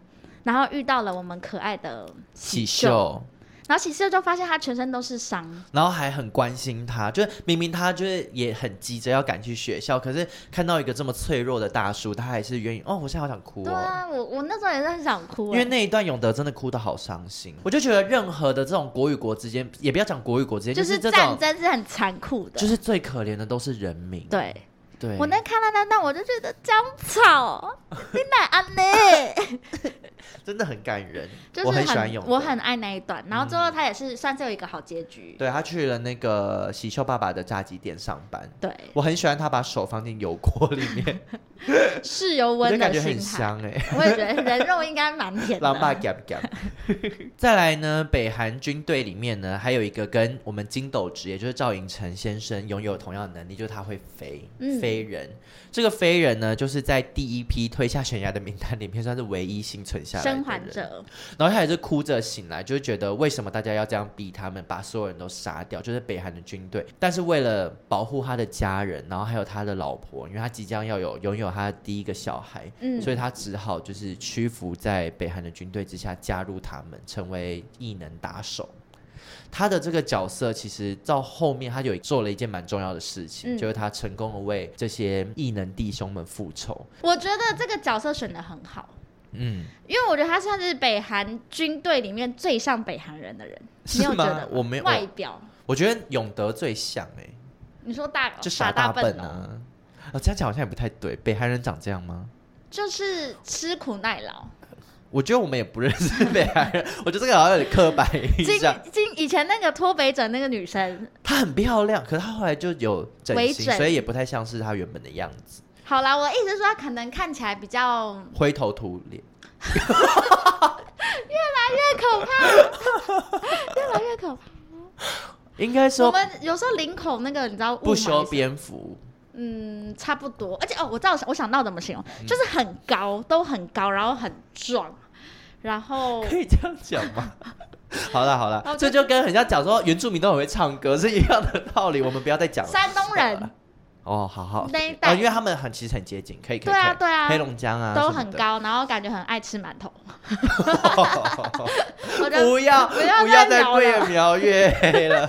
S2: 然后遇到了我们可爱的
S1: 喜
S2: 秀，
S1: 秀。
S2: 然后喜秀就发现他全身都是伤，
S1: 然后还很关心他，就是明明他就是也很急着要赶去学校，可是看到一个这么脆弱的大叔，他还是愿意。哦，我现在好想哭
S2: 对
S1: 哦。
S2: 啊，我我那时候也是很想哭、
S1: 因
S2: 欸，
S1: 为那一段永德真的哭的好伤心，我就觉得任何的这种国与国之间，也不要讲国与国之间，
S2: 就
S1: 就是这
S2: 战
S1: 种，
S2: 争是很残酷的，
S1: 就是最可怜的都是人民。
S2: 对。
S1: 对，
S2: 我那看到那段，我就觉得江
S1: [laughs]
S2: 草，你哪安呢？
S1: 真的很感人，
S2: 就是
S1: 我很喜欢永德，嗯
S2: 我很爱那一段。然后最后他也是算是有一个好结局，
S1: 对他去了那个喜秀爸爸的炸鸡店上班，
S2: 对，
S1: 我很喜欢他把手放进油锅里面，
S2: 是有
S1: 我
S2: [laughs] 温
S1: 就
S2: 的
S1: 感觉很
S2: 心海。
S1: 香哎、
S2: 我也觉得人肉应该蛮
S1: [laughs]
S2: 甜
S1: 浪漫
S2: 的。
S1: gap gap。再
S2: [laughs]
S1: 来呢，北韩军队里面呢，还有一个跟我们金斗植，也就是赵寅成先生拥有同样的能力，就是他会飞，
S2: 嗯
S1: 飞人。这个飞人呢，就是在第一批推下悬崖的名单里面，算是唯一幸存下来的人
S2: 生还。者，
S1: 然后他也是哭着醒来，就是觉得为什么大家要这样逼他们，把所有人都杀掉，就是北韩的军队。但是为了保护他的家人，然后还有他的老婆，因为他即将要有拥有他的第一个小孩，
S2: 嗯
S1: 所以他只好就是屈服在北韩的军队之下，加入他们，成为异能打手。他的这个角色其实到后面，他有做了一件蛮重要的事情，
S2: 嗯
S1: 就是他成功的为这些异能弟兄们复仇。
S2: 我觉得这个角色选的很好，
S1: 嗯，
S2: 因为我觉得他算是北韩军队里面最像北韩人的人。
S1: 是
S2: 你有觉
S1: 吗
S2: 得吗
S1: 我没有
S2: 外表，
S1: 我觉得永德最像哎、
S2: 你说大
S1: 就
S2: 傻
S1: 傻大
S2: 笨
S1: 笨
S2: 哦，
S1: 啊！啊，这样讲好像也不太对。北韩人长这样吗？ [laughs]
S2: 就是吃苦耐劳。
S1: 我觉得我们也不认识北韩人， [laughs] 我觉得这个好像有点刻板印
S2: 金
S1: 象。
S2: 金以前那个脱北者那个女生，
S1: 她很漂亮，可是她后来就有整
S2: 微
S1: 形，
S2: 整
S1: 所以也不太像是她原本的样子，
S2: 好啦，我的意思是说她可能看起来比
S1: [laughs]
S2: 较
S1: 灰头土脸。
S2: 越可怕， [laughs] 越来越可怕。
S1: 应该
S2: 我
S1: 说
S2: 们有时候领口那个你知道雾
S1: 不
S2: 霾是
S1: 修边幅，
S2: 嗯，差不多。而且哦，我知道我想我想到怎么形容，
S1: 嗯
S2: 就是很高，都很高，然后很壮，然后
S1: 可以这样讲吗？ [laughs] 好啦好啦，
S2: 哦
S1: 这就跟人家讲说原住民都很会唱歌是一样的道理，我们不要再讲了。
S2: 山东人
S1: 哦，好好，
S2: 那一
S1: 哦，
S2: 带
S1: 因为他们很其实很接近，可以可以，
S2: 对啊
S1: 可以
S2: 对啊
S1: 黑龙江啊
S2: 都
S1: 什么
S2: 很
S1: 的。
S2: 高，然后感觉很爱吃馒头。我觉
S1: [laughs]
S2: 得
S1: 不要
S2: [laughs] 不要
S1: 不要
S2: 再
S1: 再
S2: 聊
S1: 越
S2: 了
S1: 描越黑
S2: [laughs]
S1: 了。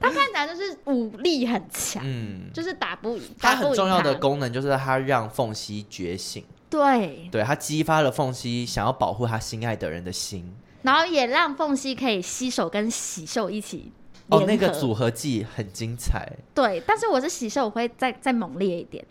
S2: 他看起来就是武力很强，
S1: 嗯，
S2: 就是打不赢。
S1: 它
S2: 打不
S1: 很
S2: 赢
S1: 重要的
S2: 他
S1: 功能就是它让缝隙觉醒，
S2: 对，
S1: 对它激发了缝隙想要保护他心爱的人的心。
S2: 然后也让缝隙可以吸手跟喜秀一起
S1: 哦，
S2: 联
S1: 那个
S2: 合
S1: 组合技很精彩。
S2: 对，但是我是喜秀，我会再再猛烈一点。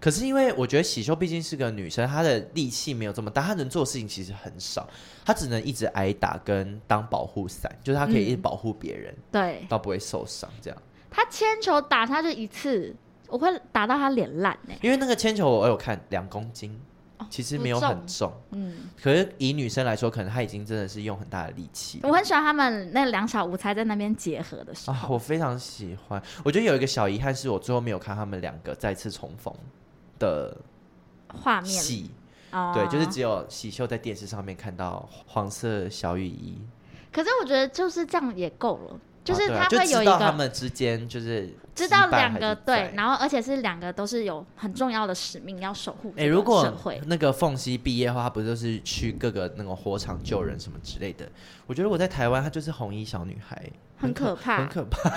S1: 可是因为我觉得喜秀毕竟是个女生，她的力气没有这么大，她能做的事情其实很少，她只能一直挨打跟当保护伞，就是她可以一直保护别人，
S2: 对
S1: 倒不会受伤这样。
S2: 他铅球打他就一次，我会打到他脸烂欸呢。
S1: 因为那个铅球我有看两公斤，
S2: 哦
S1: 其实没有很重，
S2: 嗯，
S1: 可是以女生来说，可能她已经真的是用很大的力气
S2: 我很喜欢他们那两小无猜在那边结合的时
S1: 啊，
S2: 候。
S1: 我非常喜欢。我觉得有一个小遗憾是我最后没有看他们两个再次重逢的
S2: 画面，
S1: 戏，
S2: 哦
S1: 对，就是。只有喜秀在电视上面看到黄色小雨衣。
S2: 可是我觉得就是这样也够了，就是
S1: 啊对啊
S2: 会
S1: 就
S2: 有
S1: 知
S2: 一
S1: 道他
S2: 个
S1: 们之间就是
S2: 知
S1: 羁
S2: 道
S1: 绊
S2: 两
S1: 还
S2: 个
S1: 是
S2: 对
S1: 在，
S2: 然后而且是两个都是有很重要的使命要守护这
S1: 哎、
S2: 个
S1: 如果
S2: 社会
S1: 那个凤溪毕业的话，他不就是去各个那种火场救人什么之类的？我觉得我在台湾，她就是红衣小女孩，
S2: 很可怕
S1: 很。可
S2: [laughs]
S1: 怕，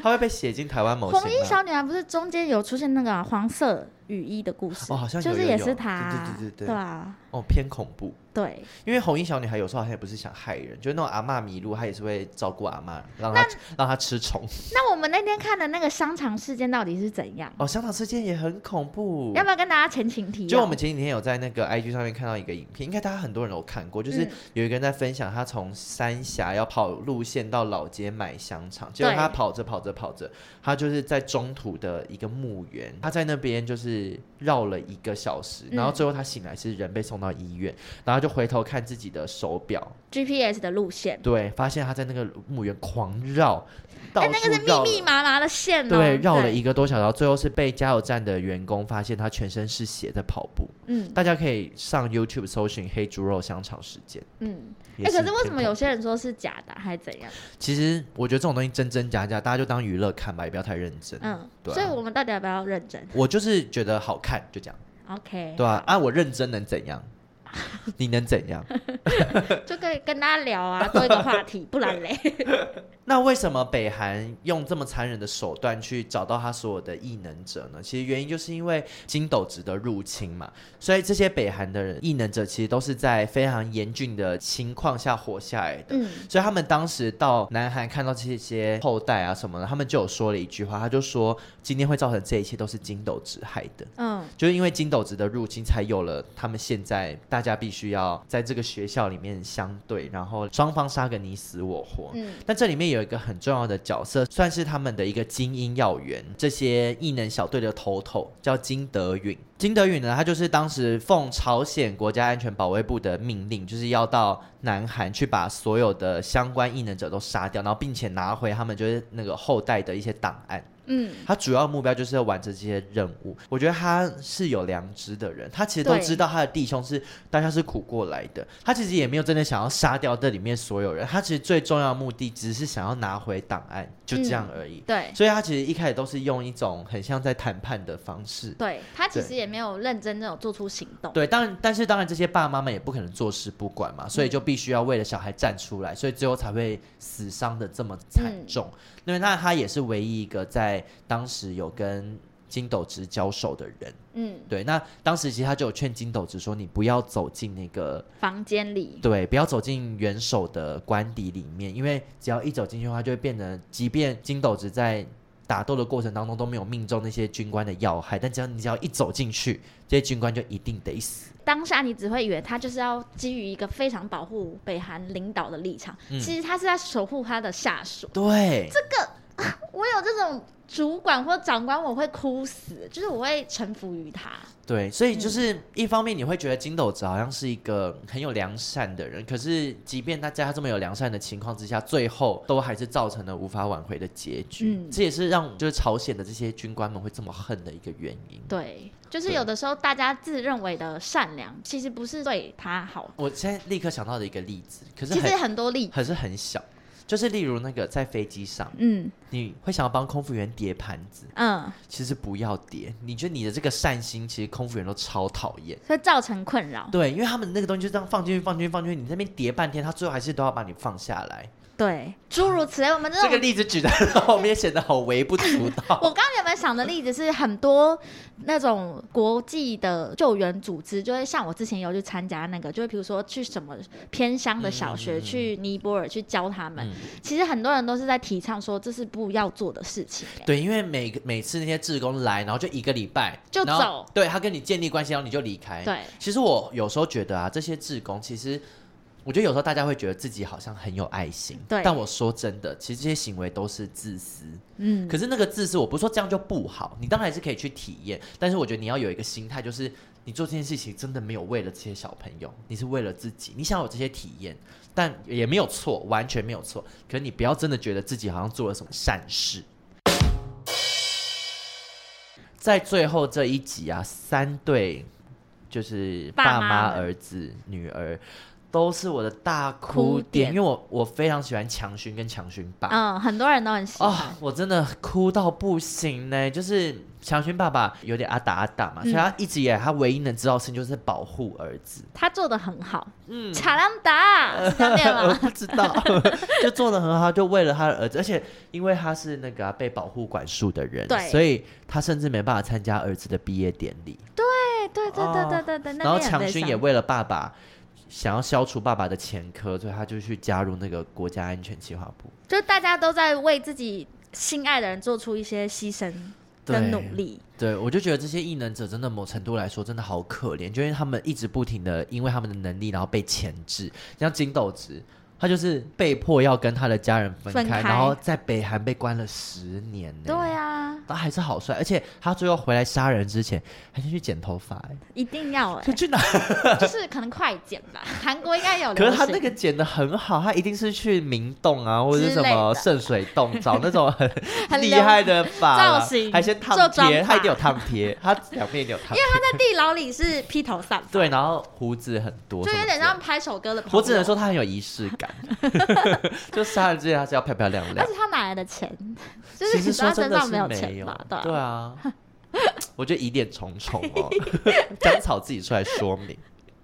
S1: 她会被写进台湾某
S2: 红衣
S1: 型啊
S2: 小女孩不是中间有出现那个啊黄色雨衣的故事，
S1: 哦好像有
S2: 就是
S1: 有
S2: 也
S1: 有
S2: 是她，
S1: 对对对对对
S2: 啊，
S1: 哦，偏恐怖。
S2: 对。
S1: 因为红衣小女孩有时候好像也不是想害人，就是那种阿嬷迷路，她也是会照顾阿嬷，让她让她吃虫。
S2: 那我们那天看的那个商场事件到底是怎样？
S1: 哦，香港事件也很恐怖。
S2: 要不要跟大家前情提要？
S1: 就我们前几天有在那个 IG 上面看到一个影片，应该大家很多人都有看过，就是
S2: 嗯
S1: 有一个人在分享他从三峡要跑路线到老街买香肠，结果
S2: 对
S1: 他跑着跑着跑着，他就是在中途的一个墓园，他在那边就是绕了一个小时，
S2: 嗯
S1: 然后最后他醒来是人被送到医院，然后就回头看自己的手表，
S2: GPS 的路线，
S1: 对，发现他在那个墓园狂绕，到
S2: 哎、
S1: 处
S2: 那个是
S1: 绕了
S2: 密密麻麻的线哦、
S1: 对，绕了一个多小时，然后最后是被加油站的员工发现他全身是血在跑步。
S2: 嗯
S1: 大家可以上 YouTube 搜寻黑猪肉香肠事件。
S2: 嗯，
S1: 也
S2: 哎、可是为什
S1: 挺
S2: 么
S1: 恐
S2: 有
S1: 怖？
S2: 些人说是假的，还是怎样？
S1: 其实我觉得这种东西真真假假，大家就当娱乐看吧，也不要太认真。
S2: 嗯，
S1: 对啊
S2: 所以我们到底要不要认真
S1: 我就是觉得好看，就这
S2: [laughs]
S1: 样，
S2: ？OK，
S1: 对吧、啊？我认真能怎
S2: [laughs]
S1: 样？你能怎样？
S2: 就可以跟大家聊啊，多一个话题，不然嘞，
S1: 那为什么北韩用这么残忍的手段去找到他所有的异能者呢？其实原因就是因为金斗植的入侵嘛，所以这些北韩的人异能者其实都是在非常严峻的情况下活下来的。
S2: [laughs] 嗯，
S1: 所以他们当时到南韩看到这些后代啊什么的，他们就有说了一句话，他就说今天会造成这一切都是金斗植害的，
S2: 嗯，
S1: 就是因为金斗植的入侵，才有了他们现在大家必须要在这个学校里面相对，然后双方杀个你死我活。
S2: 嗯，
S1: 但这里面有一个很重要的角色，算是他们的一个精英要员，这些异能小队的头头叫金德允。金德允呢，他就是当时奉朝鲜国家安全保卫部的命令，就是要到南韩去把所有的相关异能者都杀掉，然后并且拿回他们就是那个后代的一些档案。
S2: 嗯，
S1: 他主要目标就是要完成这些任务。我觉得他是有良知的人，他其实都
S2: 对
S1: 知道他的弟兄是大家是苦过来的，他其实也没有真的想要杀掉这里面所有人，他其实最重要的目的只是想要拿回档案，就这样而已。
S2: 对。
S1: 所以他其实一开始都是用一种很像在谈判的方式。
S2: 对他其
S1: 对
S2: 实也没有认真那种做出行动，
S1: 对，当然，但是当然，这些爸妈们也不可能坐视不管嘛，所以就必须要为了小孩站出来，所以最后才会死伤的这么惨重。因为那他也是唯一一个在当时有跟金斗植交手的人。
S2: 嗯，
S1: 对，那当时其实他就有劝金斗植说，你不要走进那个，
S2: 房间里，
S1: 对，不要走进元首的官邸里面，因为只要一走进去的话，就会变成，即便金斗植在打斗的过程当中都没有命中那些军官的要害，但只要你只要一走进去，这些军官就一定得死。
S2: 当下你只会以为他就是要基于一个非常保护北韩领导的立场，
S1: 嗯
S2: 其实他是在守护他的下属。
S1: 对，
S2: 我有这种主管或长官，我会哭死，就是我会臣服于他。
S1: 对，所
S2: 嗯
S1: 以就是一方面你会觉得金斗子好像是一个很有良善的人，可是即便他在他这么有良善的情况之下，最后都还是造成了无法挽回的结局。
S2: 嗯
S1: 这也是让就是朝鲜的这些军官们会这么恨的一个原因。
S2: 对，就是
S1: 对
S2: 有的时候大家自认为的善良，其实不是对他好。
S1: 我现在立刻想到的一个例子，可是
S2: 其实
S1: 很
S2: 很多例，
S1: 很是很小，就是例如那个在飞机上，
S2: 嗯
S1: 你会想要帮空服员叠盘子，
S2: 嗯，
S1: 其实不要叠，你觉得你的这个善心，其实空服员都超讨厌。
S2: 会造成困扰。
S1: 对，因为他们那个东西就这样放进去、放进去、放进去，你在那边叠半天，他最后还是都要把你放下来。
S2: 对，诸如此类，我们
S1: [laughs]
S2: 这
S1: 这
S2: 种
S1: 个例子举在后面显得好微不足道。 [laughs]
S2: 我刚刚原本想的例子是很多那种国际的救援组织，就会像我之前有去参加那个，就会比如说去什么偏乡的小学，去尼泊尔去教他们。
S1: 嗯
S2: 其实很多人都是在提倡说这是不要做的事情、欸
S1: 对，因为每个每次那些志工来，然后就一个礼拜
S2: 就
S1: 然后
S2: 走
S1: 对他跟你建立关系，然后你就离开。
S2: 对，
S1: 其实我有时候觉得啊，这些志工其实。我觉得有时候大家会觉得自己好像很有爱心，
S2: 对
S1: 但我说真的，其实这些行为都是自私。
S2: 嗯，
S1: 可是那个自私，我不是说这样就不好，你当然还是可以去体验，但是我觉得你要有一个心态，就是你做这件事情真的没有为了这些小朋友，你是为了自己，你想有这些体验，但也没有错，完全没有错。可是你不要真的觉得自己好像做了什么善事。在最后这一集啊，三对就是爸
S2: 爸妈
S1: 妈、
S2: 们
S1: 儿子、女儿，都是我的大哭
S2: 哭
S1: 点，
S2: 点
S1: 因为我我非常喜欢强勋跟强勋爸。
S2: 嗯，很多人都很喜欢。
S1: 啊、我真的哭到不行呢！就是强勋爸爸有点阿达阿达
S2: 嗯
S1: 嘛，所以他一直以来他唯一能知道的事情就是保护儿子。
S2: 他做的很好，
S1: 嗯，
S2: 查朗达是这样念
S1: 我 [laughs]
S2: 吗？
S1: 不知道，就做的很好，就为了他的儿子，而且因为他是那个啊、被保护管束的人，
S2: 对
S1: 所以他甚至没办法参加儿子的毕业典礼。
S2: 对哎对对对对对对，那
S1: 哦然后
S2: 边很
S1: 强
S2: 悲
S1: 勋
S2: 伤
S1: 也为了爸爸。想要消除爸爸的前科，所以他就去加入那个国家安全计划部。
S2: 就是大家都在为自己心爱的人做出一些牺牲
S1: 对
S2: 跟努力。
S1: 对，我就觉得这些异能者真的某程度来说真的好可怜，就因为他们一直不停的因为他们的能力然后被钳制，像金斗子，他就是被迫要跟他的家人分开，
S2: 分开
S1: 然后在北韩被关了十年呢。
S2: 对啊，
S1: 他还是好帅，而且他最后回来杀人之前还先去剪头发、欸，
S2: 一定要哎、
S1: [laughs] 就去哪？
S2: 就是可能快剪
S1: [laughs]
S2: 吧，韩国应该有流
S1: 可
S2: 行。
S1: 是他那个剪的很好，他一定是去明洞啊，或者是
S2: 之
S1: 什
S2: 类
S1: 么
S2: 的
S1: 圣水洞找那种很
S2: [laughs] 很
S1: 厉
S2: 流
S1: 害的发啦
S2: 造型
S1: 还先烫
S2: 做妆
S1: 贴，他一定有
S2: 发
S1: 烫贴，他两边一定有烫贴。
S2: 他在地牢里是披头散发，
S1: 对，然后胡子很多，
S2: 就有点像
S1: 让。
S2: 拍手歌的朋友。
S1: 我只能，说他很有仪式感， [laughs] 就杀人之前他是要漂漂亮
S2: 而
S1: 亮。
S2: 且他哪来
S1: [laughs]
S2: 的钱？就
S1: 其
S2: 是
S1: 实
S2: 其
S1: 说
S2: 他身
S1: 的
S2: 上
S1: 是
S2: 没有
S1: 没
S2: 钱
S1: 有
S2: 嘛，对啊
S1: 对 [laughs] 啊，我觉得疑点重重 [laughs] 哦。甘草自己出来说明。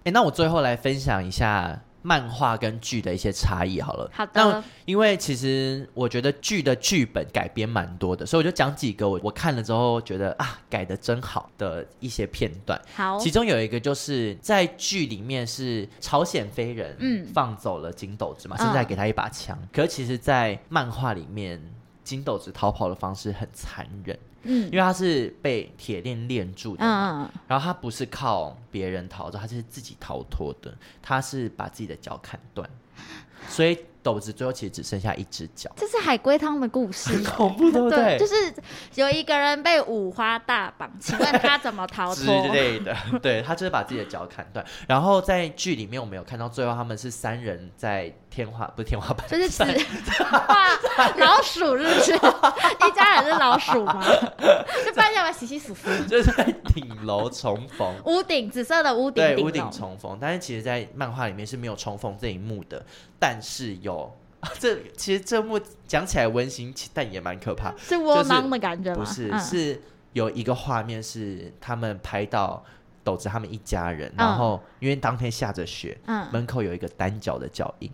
S1: 哎、那我最后来分享一下漫画跟剧的一些差异好了。
S2: 好的
S1: 那因为其实我觉得剧的剧本改编蛮多的，所以我就讲几个我我看了之后觉得啊改的真好的一些片段。
S2: 好，
S1: 其中有一个就是在剧里面是朝鲜飞人，
S2: 嗯
S1: 放走了金斗子嘛，
S2: 嗯
S1: 甚至还给他一把枪。可是其实，在漫画里面，金斗子逃跑的方式很残忍，
S2: 嗯
S1: 因为他是被铁链链住的嘛，
S2: 嗯，嗯
S1: 然后他不是靠别人逃走，他是自己逃脱的，他是把自己的脚砍断，所以斗子最后其实只剩下一只
S2: [laughs]
S1: 脚，
S2: 这是海龟汤的故
S1: 很 [laughs]
S2: 事。
S1: 恐怖，对不
S2: 对，
S1: 对？
S2: 就是有一个人被五花大绑，请问他怎么逃
S1: 之
S2: 脱？
S1: 类的， [laughs] 对他就是把自己的脚砍断。然后在剧里面，我们有看到最后他们是三人在天花不是天花板， [laughs]
S2: 就是指哇，老鼠是不是？一家人是老
S1: [laughs]
S2: 鼠吗？就半夜嘛，洗洗簌簌，
S1: 就是在顶楼重逢，
S2: 屋顶紫色的屋顶
S1: 对
S2: 楼，
S1: 屋顶重逢。但是其实，在漫画里面是没有重逢这一幕的，但是有。 [laughs] 这其实这幕讲起来温馨，其但也蛮可怕。
S2: 是窝囊的感觉吗？
S1: 不是，
S2: 嗯、
S1: 是有一个画面是他们拍到斗子他们一家人，然后因为当天下着雪，
S2: 嗯
S1: 门口有一个单脚的脚印，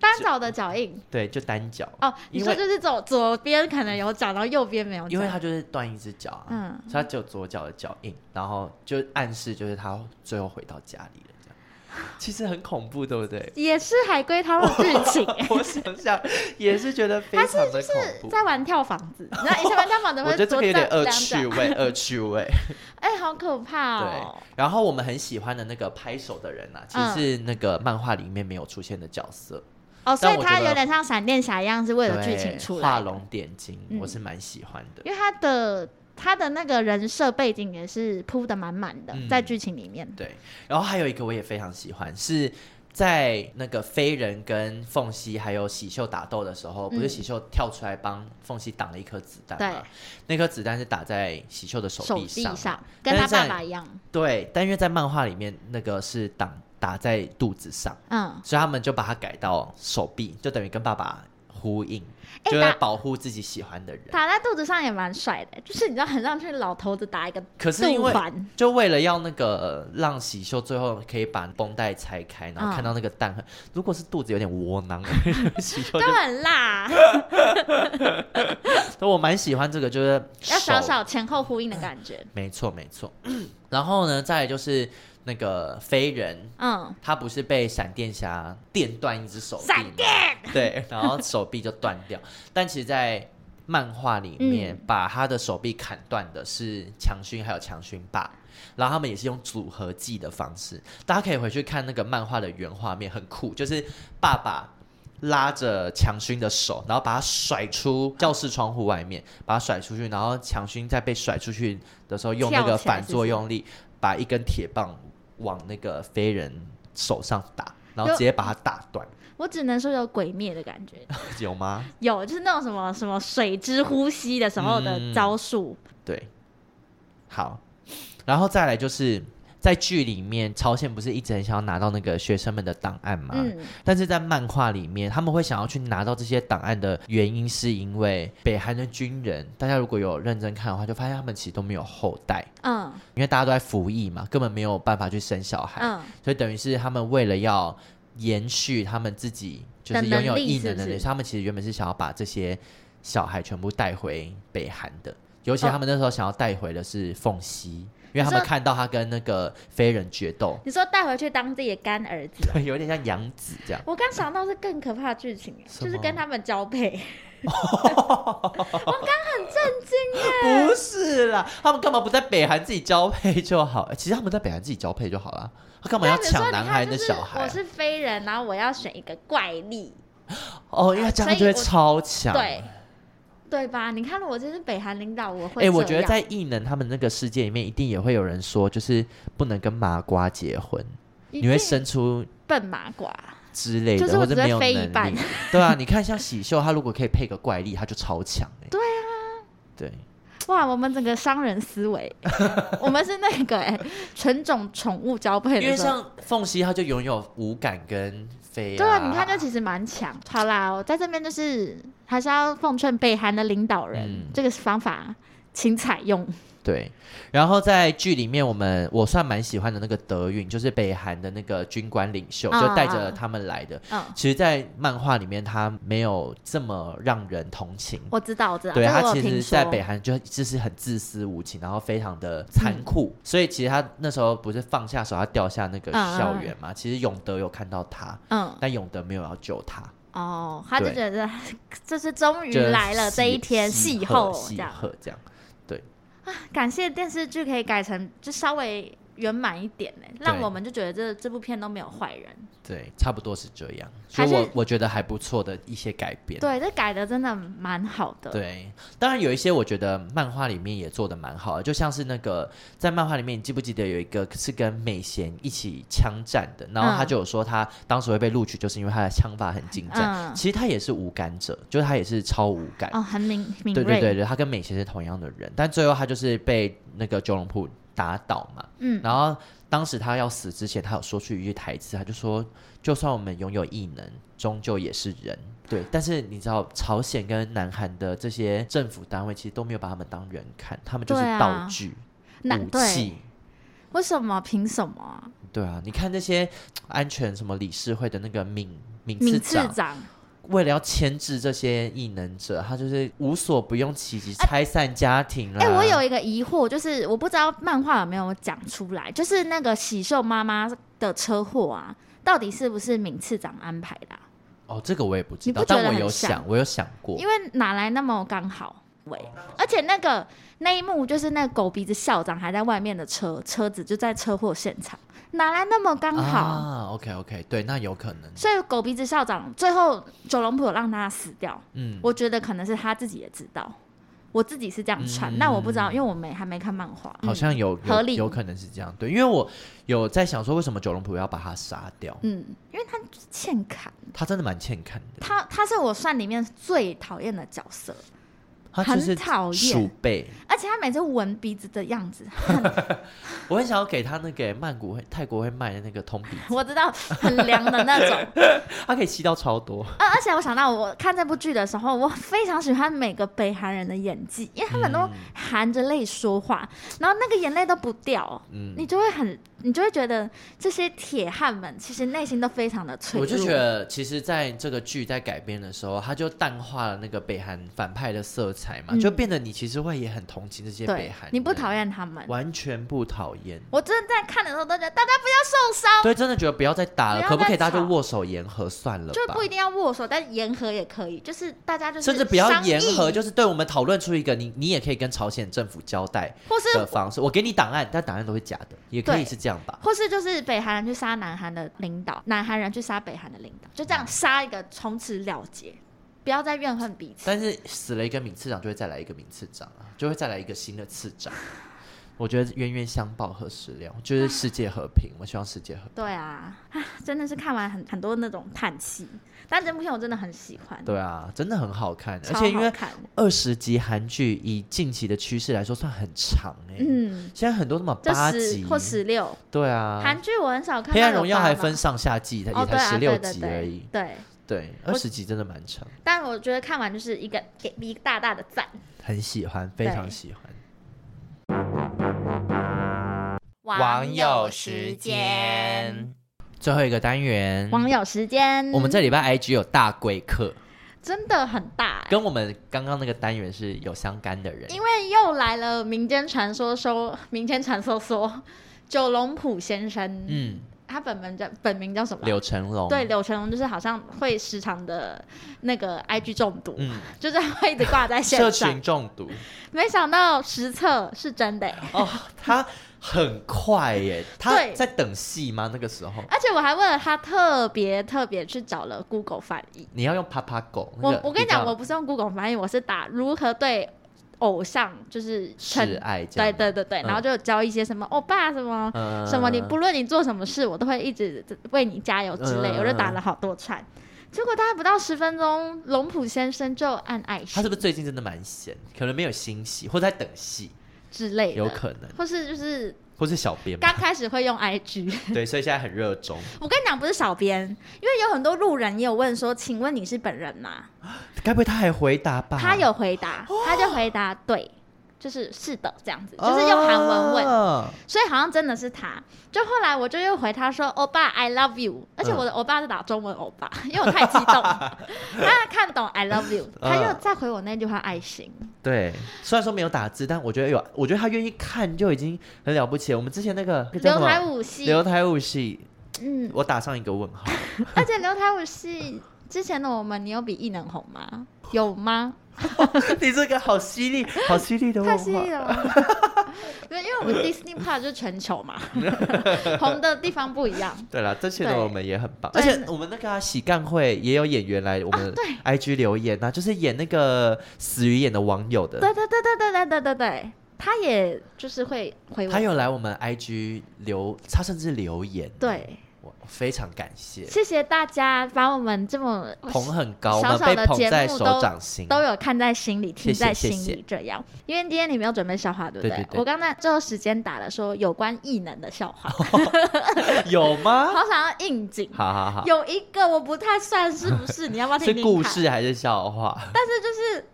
S2: 单脚的脚印
S1: 对，就单脚。
S2: 哦。你
S1: 因
S2: 说
S1: 为
S2: 就是走左边可能有脚，然后右边没有脚，
S1: 因为他就是断一只脚啊，
S2: 哦嗯 [laughs]
S1: 所以他只有左脚的脚印，然后就暗示就是他最后回到家里了，这样其实很恐怖，对不对？ [laughs]
S2: 也是海龟汤的剧情。
S1: 我想想也是觉得非
S2: 他
S1: 常
S2: 是
S1: 的
S2: 就
S1: 恐
S2: 是
S1: 怖。
S2: 在玩跳房
S1: [laughs]
S2: 子，然后以前玩跳房子
S1: 我
S2: 会
S1: 觉得这
S2: 多
S1: 个有点
S2: 站
S1: 恶
S2: 两
S1: 趣
S2: 脚，
S1: 味，恶趣味。 [laughs]
S2: 哎、好可怕哦！
S1: 然后我们很喜欢的那个拍手的人啊，
S2: 嗯
S1: 其实是那个漫画里面没有出现的角色，
S2: 哦，所以
S1: 我
S2: 他
S1: 觉得
S2: 有点像闪电侠一样，是为了
S1: 对
S2: 剧情出
S1: 画
S2: 来的，
S1: 龙点睛，
S2: 嗯
S1: 我是蛮喜欢的。
S2: 因为他的他的那个人设背景也是铺的满满的，
S1: 嗯
S2: 在剧情里面。
S1: 对，然后还有一个我也非常喜欢，是在那个飞人跟凤西还有喜秀打斗的时候，不是
S2: 嗯
S1: 喜秀跳出来帮凤西挡了一颗子弹
S2: 对
S1: 吗？那颗子弹是打在喜秀的手
S2: 手
S1: 臂
S2: 臂
S1: 上嘛，
S2: 上，
S1: 但
S2: 跟
S1: 是
S2: 他爸
S1: 在
S2: 爸一样，
S1: 对，但因为在漫画里面那个是挡打在肚子上，
S2: 嗯，
S1: 所以他们就把它改到手臂，就等于跟爸爸呼应，
S2: 哎
S1: 就在
S2: 打
S1: 保护自己喜欢的人。
S2: 打在肚子上也蛮帅的，就是你知道，很像去老头子打一个
S1: 可是因
S2: 肚
S1: 为
S2: 环，
S1: 就为了要那个呃让喜秀最后可以把绷带拆开，然后
S2: 嗯
S1: 看到那个蛋痕，如果是肚子有点窝囊，喜秀
S2: 就
S1: 就 [laughs]
S2: 很辣，
S1: 我蛮喜欢这个，就是
S2: 要
S1: 手
S2: 少少前后呼应的感觉，
S1: 没错没错。然后呢，再来就是那个飞人，
S2: 嗯，
S1: 他不是被闪电侠电断一只手臂吗？
S2: 闪电
S1: [laughs] 对，然后手臂就断掉。但其实，在漫画里面，
S2: 嗯
S1: 把他的手臂砍断的是强勋还有强勋爸，然后他们也是用组合技的方式。大家可以回去看那个漫画的原画面，很酷，就是爸爸。拉着强勋的手，然后把他甩出教室窗户外面，把他甩出去，然后强勋在被甩出去的时候，用那
S2: 跳
S1: 个
S2: 起来
S1: 反
S2: 是不
S1: 作
S2: 是
S1: 用力，把一根铁棒往那个飞人手上打，然后
S2: 就
S1: 直接把他打断，
S2: 我只能说有鬼灭的感
S1: [laughs]
S2: 觉，
S1: 有吗？
S2: 有就是那种什么什么水之呼吸的时候
S1: 嗯
S2: 的招数，
S1: 对，好，然后再来就是在剧里面，朝鲜不是一直很想要拿到那个学生们的档案吗？
S2: 嗯，
S1: 但是在漫画里面，他们会想要去拿到这些档案的原因，是因为北韩的军人，大家如果有认真看的话，就发现他们其实都没有后代，
S2: 嗯
S1: 因为大家都在服役嘛，根本没有办法去生小孩，
S2: 嗯，
S1: 所以等于是他们为了要延续他们自己就是
S2: 的
S1: 拥有
S2: 能力
S1: 异
S2: 是
S1: 能
S2: 不
S1: 的人，
S2: 是
S1: 他们其实原本是想要把这些小孩全部带回北韩的，尤其
S2: 哦
S1: 他们那时候想要带回的是凤熙，因为他们
S2: 说
S1: 看到他跟那个飞人决斗， [laughs]
S2: 你说带回去当自己的干儿子。
S1: 对，有点像养子这样。
S2: 我刚想到是更可怕的剧情，
S1: 什
S2: 就是
S1: 么
S2: 跟他们交配，
S1: 不是啦，他们干嘛不在北韩自己交配就好？ [laughs] 欸其实他们在北韩自己交配就好啦，他干嘛要
S2: 比如说
S1: 抢
S2: 你
S1: 男
S2: 看
S1: 孩
S2: 就
S1: 的
S2: 是
S1: 小孩啊、
S2: 我是飞人，然后我要选一个怪力，
S1: 哦，因为这
S2: 啊所
S1: 样
S2: 以
S1: 就会
S2: 我
S1: 超强。
S2: 对对吧？你看，我就是北韩领导，我会
S1: 哎、
S2: 这样。
S1: 我觉得在异能他们那个世界里面，一定也会有人说，就是不能跟麻瓜结婚，
S2: 一
S1: 你会
S2: 定
S1: 生出
S2: 笨麻瓜，
S1: 之类的，
S2: 就是
S1: 或
S2: 我
S1: 者
S2: 只会
S1: 没有
S2: 飞一
S1: 能
S2: [laughs] 半
S1: 力。对啊，你看像喜秀，他如果可以配个怪力，他就超强哎、对啊，对，
S2: 哇！我们整个商人
S1: [laughs]
S2: 思维，我们是那个哎、纯种宠物交配
S1: 因为
S2: 的时候。
S1: 像凤熙，他就拥有五感跟飞、啊。
S2: 对啊，你看，这其实蛮强。好啦，我在这边就是还是要奉劝北韩的领导人，
S1: 嗯
S2: 这个方法请采用。
S1: 对，然后在剧里面，我们我算蛮喜欢的那个德允，就是北韩的那个军官领袖，就带着
S2: 嗯嗯嗯
S1: 他们来的。
S2: 嗯，
S1: 其实，在漫画里面，他没有这么让人同情。
S2: 我知道，我知道，
S1: 对
S2: 啊这个
S1: 他
S2: 我
S1: 其
S2: 有听
S1: 实，
S2: 说
S1: 在北韩就就是很自私无情，然后非常的残酷，所以其实他那时候不是放下手要掉下那个
S2: 嗯嗯
S1: 校园嘛？其实永德有看到他，
S2: 嗯，
S1: 但永德没有要救他，
S2: 哦，他就
S1: 对
S2: 觉得 [laughs] 就是终于
S1: 就是
S2: 嗯来了这一天，
S1: 戏
S2: 戏
S1: 后
S2: 后
S1: 戏
S2: 这样。
S1: 后这样，
S2: 感谢电视剧可以改成就稍微圆满一点呢，让
S1: 对
S2: 我们就觉得这这部片都没有坏人。
S1: 对，差不多是这样。所
S2: 还
S1: 以
S2: 是
S1: 我我觉得还不错的一些改编。
S2: 对，这改的真的蛮好的。
S1: 对，当然有一些我觉得漫画里面也做的蛮好的，就像是那个在漫画里面，你记不记得有一个是跟美贤一起枪战的，然后他
S2: 嗯
S1: 就有说他当时会被录取，就是因为他的枪法很精湛。
S2: 嗯
S1: 其实他也是无感者，就是他也是超无感。
S2: 哦，很敏敏
S1: 对
S2: 锐。
S1: 对对对，他跟美贤是同样的人，但最后他就是被那个九龙铺打倒嘛。
S2: 嗯，
S1: 然后当时他要死之前，他有说出一句台词，他就说：“就算我们拥有异能，终究也是人。”对，但是你知道，朝鲜跟南韩的这些政府单位其实都没有把他们当人看，他们就是
S2: 对啊
S1: 道具、
S2: 那
S1: 武
S2: 对，
S1: 器。
S2: 为什么？凭什么啊？
S1: 对啊，你看那些安全什么理事会的那个敏敏次
S2: 敏次
S1: 长，
S2: 长，
S1: 为了要牵制这些异能者，他就是无所不用其极，拆散家庭啦。
S2: 哎、我有一个疑惑，就是我不知道漫画有没有讲出来，就是那个喜寿妈妈的车祸啊，到底是不是闵次长安排的啊、
S1: 哦，这个我也不知
S2: 你
S1: 道，
S2: 不觉得
S1: 但我有
S2: 很像
S1: 想，我有想过
S2: 因，为哪来那么刚好？喂，而且那个那一幕就是那个狗鼻子校长还在外面的车，车子就在车祸现场，哪来那么刚好？
S1: 啊，OK OK，对，那有可能，
S2: 所以狗鼻子校长最后九龙浦有让他死掉，
S1: 嗯，
S2: 我觉得可能是他自己也知道，我自己是这样传，
S1: 嗯
S2: 那我不知道，因为我没还没看漫画，
S1: 好像有
S2: 合
S1: 有
S2: 理
S1: 有可能是这样，对，因为我有在想说，为什么九龙浦要把他杀掉？
S2: 嗯，因为他欠砍，
S1: 他真的蛮欠看的，
S2: 他他是我算里面最讨厌的角色，
S1: 他就
S2: 很
S1: 是
S2: 讨厌
S1: 鼠辈。
S2: 而且他每次闻鼻子的样子， [laughs]
S1: 我很想要给他那个曼谷会泰国会卖的那个通鼻，
S2: 我知道很凉的那种，
S1: 他可以吸到超
S2: [laughs]
S1: 多。
S2: 而而且我想到我看这部剧的时候，我非常喜欢每个北韩人的演技，因为他们
S1: 嗯
S2: 都含着泪说话，然后那个眼泪都不掉，哦
S1: 嗯
S2: 你就会很，你就会觉得这些铁汉们其实内心都非常的脆
S1: 我
S2: 弱。
S1: 就觉得，其实在这个剧在改编的时候，他就淡化了那个北韩反派的色彩嘛，
S2: 嗯
S1: 就变得你其实会也很同情这些北
S2: 对
S1: 韩人，，
S2: 你不讨厌他们。
S1: 完全不讨厌。
S2: 我真的在看的时候都觉得大家不要受伤，
S1: 对，真的觉得不要再打了，
S2: 不要
S1: 可不可以
S2: 再
S1: 大家就
S2: 吵
S1: 握手言和算了
S2: 就
S1: 吧
S2: 不？一定要握手，但言和也可以，就是大家就是
S1: 甚至不要
S2: 商
S1: 言和，
S2: 议
S1: 就是对我们讨论出一个你你也可以跟朝鲜政府交代
S2: 或是
S1: 的方式。我给你档案，但档案都是假的，也可以
S2: 对
S1: 是这样
S2: [laughs]
S1: 吧？
S2: 或是就是北韩人去杀南韩的领导，南韩人去杀北韩的领导，就
S1: 嗯
S2: 这样杀一个，从此了结，不要再怨恨彼此。
S1: 但是死了一个闵次长，就会再来一个闵次长啊，就会再来一个新的次长。我觉得冤冤相报何时了，就是世界和平。我希望世界和平。
S2: 对啊，啊，真的是看完很很多那种叹气，但这部片我真的很喜欢，
S1: 对啊，真的很好看，而
S2: 超
S1: 且因
S2: 好
S1: 为
S2: 看。
S1: 二十集韩剧以近期的趋势来说算很长哎、
S2: 嗯，
S1: 现在很多那么
S2: 就
S1: 八
S2: 十
S1: 集
S2: 或十六，
S1: 对啊，
S2: 韩剧我很少看。
S1: 黑暗荣耀还分上下季，它
S2: 哦，
S1: 也
S2: 对
S1: 才
S2: 啊，
S1: 十
S2: 对
S1: 六
S2: 对
S1: 集而
S2: 对
S1: 已。
S2: 对，
S1: 对，二十集真的蛮长，
S2: 但我觉得看完就是一个给一个大大的赞。
S1: 很喜欢，非
S2: 对
S1: 常喜欢。
S2: 网友时间，
S1: 最后一个单元，
S2: 网友时间，
S1: 我们这礼拜 IG 有大贵客。
S2: 真的很大、欸，
S1: 跟我们刚刚那个单元是有相干的人，
S2: 因为又来了民间传说说，民间传说说九龙浦先生，
S1: 嗯，
S2: 他本名叫本名叫什么啊？
S1: 柳成龙，
S2: 对，，柳成龙就是好像会时常的那个 IG 中毒，
S1: 嗯，
S2: [laughs] 就是会一直挂
S1: [laughs]
S2: 在
S1: 社
S2: 线上
S1: 群。中毒
S2: 没想到实测是真的欸、
S1: 哦，他很快耶，他
S2: 对
S1: 在等戏吗？那个时候
S2: 而且我还为了他特别特别去找了 Google 翻译。
S1: 你要用啪啪狗，那
S2: 我
S1: 个
S2: 我跟你讲，
S1: 比较
S2: 我不是用 Google 翻译，我是打如何对偶像就是
S1: 示爱这
S2: 对
S1: 样，
S2: 对对对，
S1: 嗯
S2: 然后就有教一些什么欧巴什么。
S1: 嗯
S2: 什么？你不论你做什么事，我都会一直为你加油之类。
S1: 嗯
S2: 我就打了好多串，结果大概不到十分钟，龙普先生就按爱
S1: 他
S2: 心
S1: 是不是最近真的蛮闲？可能没有新戏，或者在等戏，
S2: 之类的，
S1: 有可能，
S2: 或是就是
S1: 或是小编吧
S2: 刚开始会用 IG。
S1: 对，所以现在很热衷。
S2: [laughs] 我跟你讲，不是小编，因为有很多路人也有问说，请问你是本人吗？
S1: 该不会他还回答吧？
S2: 他有回答，
S1: 哦
S2: 他就回答对，就是是的这样子，就是用韩文问。
S1: 哦
S2: 所以好像真的是他。就后来我就又回他说：“欧巴，I love
S1: 嗯
S2: you。”而且我的欧巴是打中文欧巴， [laughs] 因为我太激
S1: [laughs]
S2: 动了。他看懂 I love you，他
S1: 嗯
S2: 又再回我那句话爱心。
S1: 对，虽然说没有打字，但我觉得有，我觉得他愿意看就已经很了不起了。我们之前那个叫什
S2: 刘
S1: 么
S2: 台武戏，
S1: 刘台武戏，
S2: 嗯，
S1: 我打上一个问
S2: [laughs]
S1: 号。
S2: 而且刘台武戏之前的我们，你有比艺能红吗？有吗？
S1: 你这个好犀利，好犀利的
S2: 太
S1: 问
S2: 犀
S1: 话
S2: 利。了吧！ [laughs] 因为因为我们 Disney Park 就是全球嘛，红的地方不一样。
S1: 对了，这些的
S2: 对
S1: 我们也很棒，而
S2: 对哦
S1: 且我们那个啊喜干会也有演员来我们 IG 留言啊，就是演那个死鱼眼的网友的，
S2: 对对对对对对对对对，他也就是会回
S1: 他
S2: 我。
S1: 有来我们 IG 留，他甚至留言，
S2: 对，
S1: 我非常感谢，
S2: 谢谢大家把我们这么
S1: 捧很高，我
S2: 小
S1: 们
S2: 小
S1: 被
S2: 的
S1: 捧
S2: 节
S1: 在
S2: 目
S1: 手
S2: 都
S1: 掌心，
S2: 都有看在心里，
S1: 谢谢
S2: 听在心
S1: 谢谢
S2: 里这样。因为今天你没有准备笑话，对不
S1: 对对对
S2: 我刚才最后时间打了说有关异能的笑话，
S1: 有
S2: [laughs]
S1: 吗？
S2: 好想要应景。
S1: 好好好，
S2: 有一个我不太算是不是，你要不要听
S1: 是
S2: 听看？
S1: 故，事还是笑
S2: [laughs]
S1: 话？
S2: 但是就是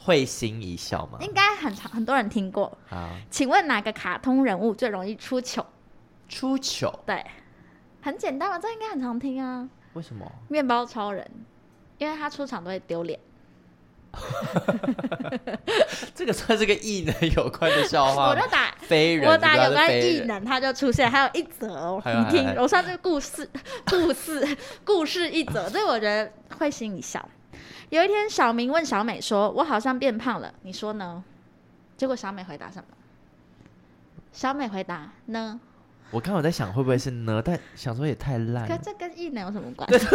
S1: 会心一笑吗？
S2: 应该很常很多人听过。
S1: 好，
S2: 请问哪个卡通人物最容易出糗？
S1: 出糗
S2: 对，很简单嘛，这应该很常听啊。 [laughs]
S1: 为什么？
S2: 面包超人，因为他出场都会丢脸。
S1: 这个算是个异能有关的笑话
S2: 我
S1: 吗
S2: 就。打
S1: 非人，
S2: 我
S1: 你知道
S2: 打
S1: 是
S2: 有关
S1: 非
S2: 异
S1: 人
S2: 能，它就出现，还有一则哦，
S1: 还有
S2: 你
S1: 还
S2: 听，
S1: 有
S2: 我上这个故事，故事，故事一则，这我觉得会心一笑。有一天，小明问小美说：“我好像变胖了，你说呢？”结果小美回答什么？小美回答：“呢。
S1: 我刚有在想会不会是呢，但想说也太”烂 [laughs]
S2: 可
S1: 了，
S2: 这跟异能有什么关系？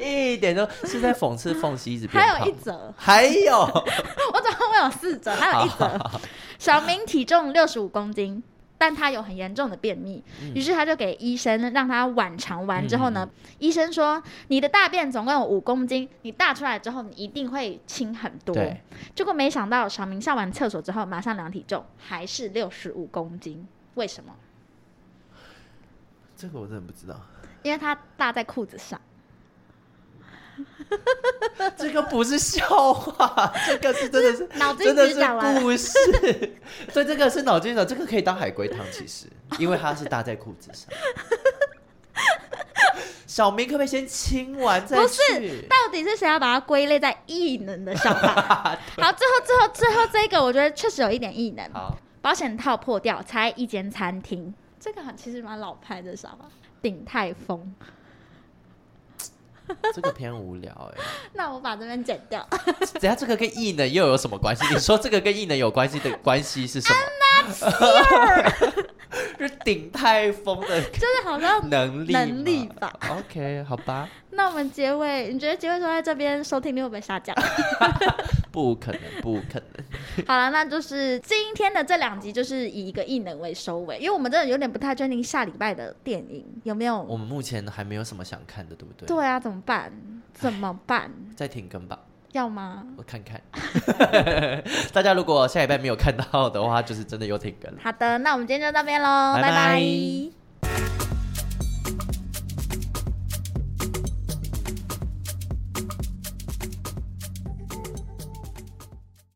S1: 一点都是在讽
S2: [laughs]
S1: 刺缝隙一直变
S2: 还有
S1: 胖
S2: 一则，
S1: 还有，
S2: 我总共有四则，还有一则。
S1: 啊
S2: 小明体重六十五公斤，但他有很严重的便秘，
S1: 嗯
S2: 于是他就给医生让他晚肠完之后呢，
S1: 嗯
S2: 医生说你的大便总共有五公斤，你大出来之后你一定会轻很 [laughs] 多。
S1: 对，
S2: 结果没想到小明上完厕所之后马上量体重，还是六十五公斤，为什么？
S1: 这个我真的不知道，
S2: 因为他大在裤子上。
S1: 这个不是笑话，这个是真的
S2: [laughs]
S1: 是
S2: 脑筋
S1: 真的
S2: 急
S1: 是
S2: 转弯
S1: 故事， [laughs] 对，这个是脑筋急转，这个可以当海龟汤，其实，因为它是搭在裤子
S2: [laughs]
S1: 上。小明可不可以先亲完再
S2: 不
S1: 去？
S2: 到底是谁要把它归类在异能的
S1: [laughs]
S2: 笑话？好，最后最后最后这个，我觉得确实有一点异能。
S1: 好，
S2: 保险套破掉，拆一间餐厅，这个很其实蛮老派的想法。鼎泰丰，
S1: 这个偏无聊哎、
S2: 那我把这边剪掉。
S1: 等下这个跟异能又有什么关系？你说这个跟异能有关系的关系是什么？ [laughs] 是顶泰丰的
S2: [laughs] 就是好像
S1: 能力吗
S2: 能力吧。
S1: OK，好吧，
S2: 那我们结尾，你觉得结尾说在这边收听率会不会
S1: [laughs]
S2: 下降？
S1: 不可能，不可能。
S2: 好了，那就是今天的这两集就是以一个异能为收尾，因为我们真的有点不太确定下礼拜的电影有没
S1: 我
S2: 有。
S1: 们目前还没有什么想看的，对不哦对？
S2: 对啊，怎么办？怎么办？
S1: 再停更吧，
S2: 要吗？
S1: 我看 [laughs] 看。大家如果下礼拜没有看到的话，就是真的又停更了。
S2: 好的，那我们今天就到这边喽，
S1: 拜
S2: 拜
S1: 拜
S2: 拜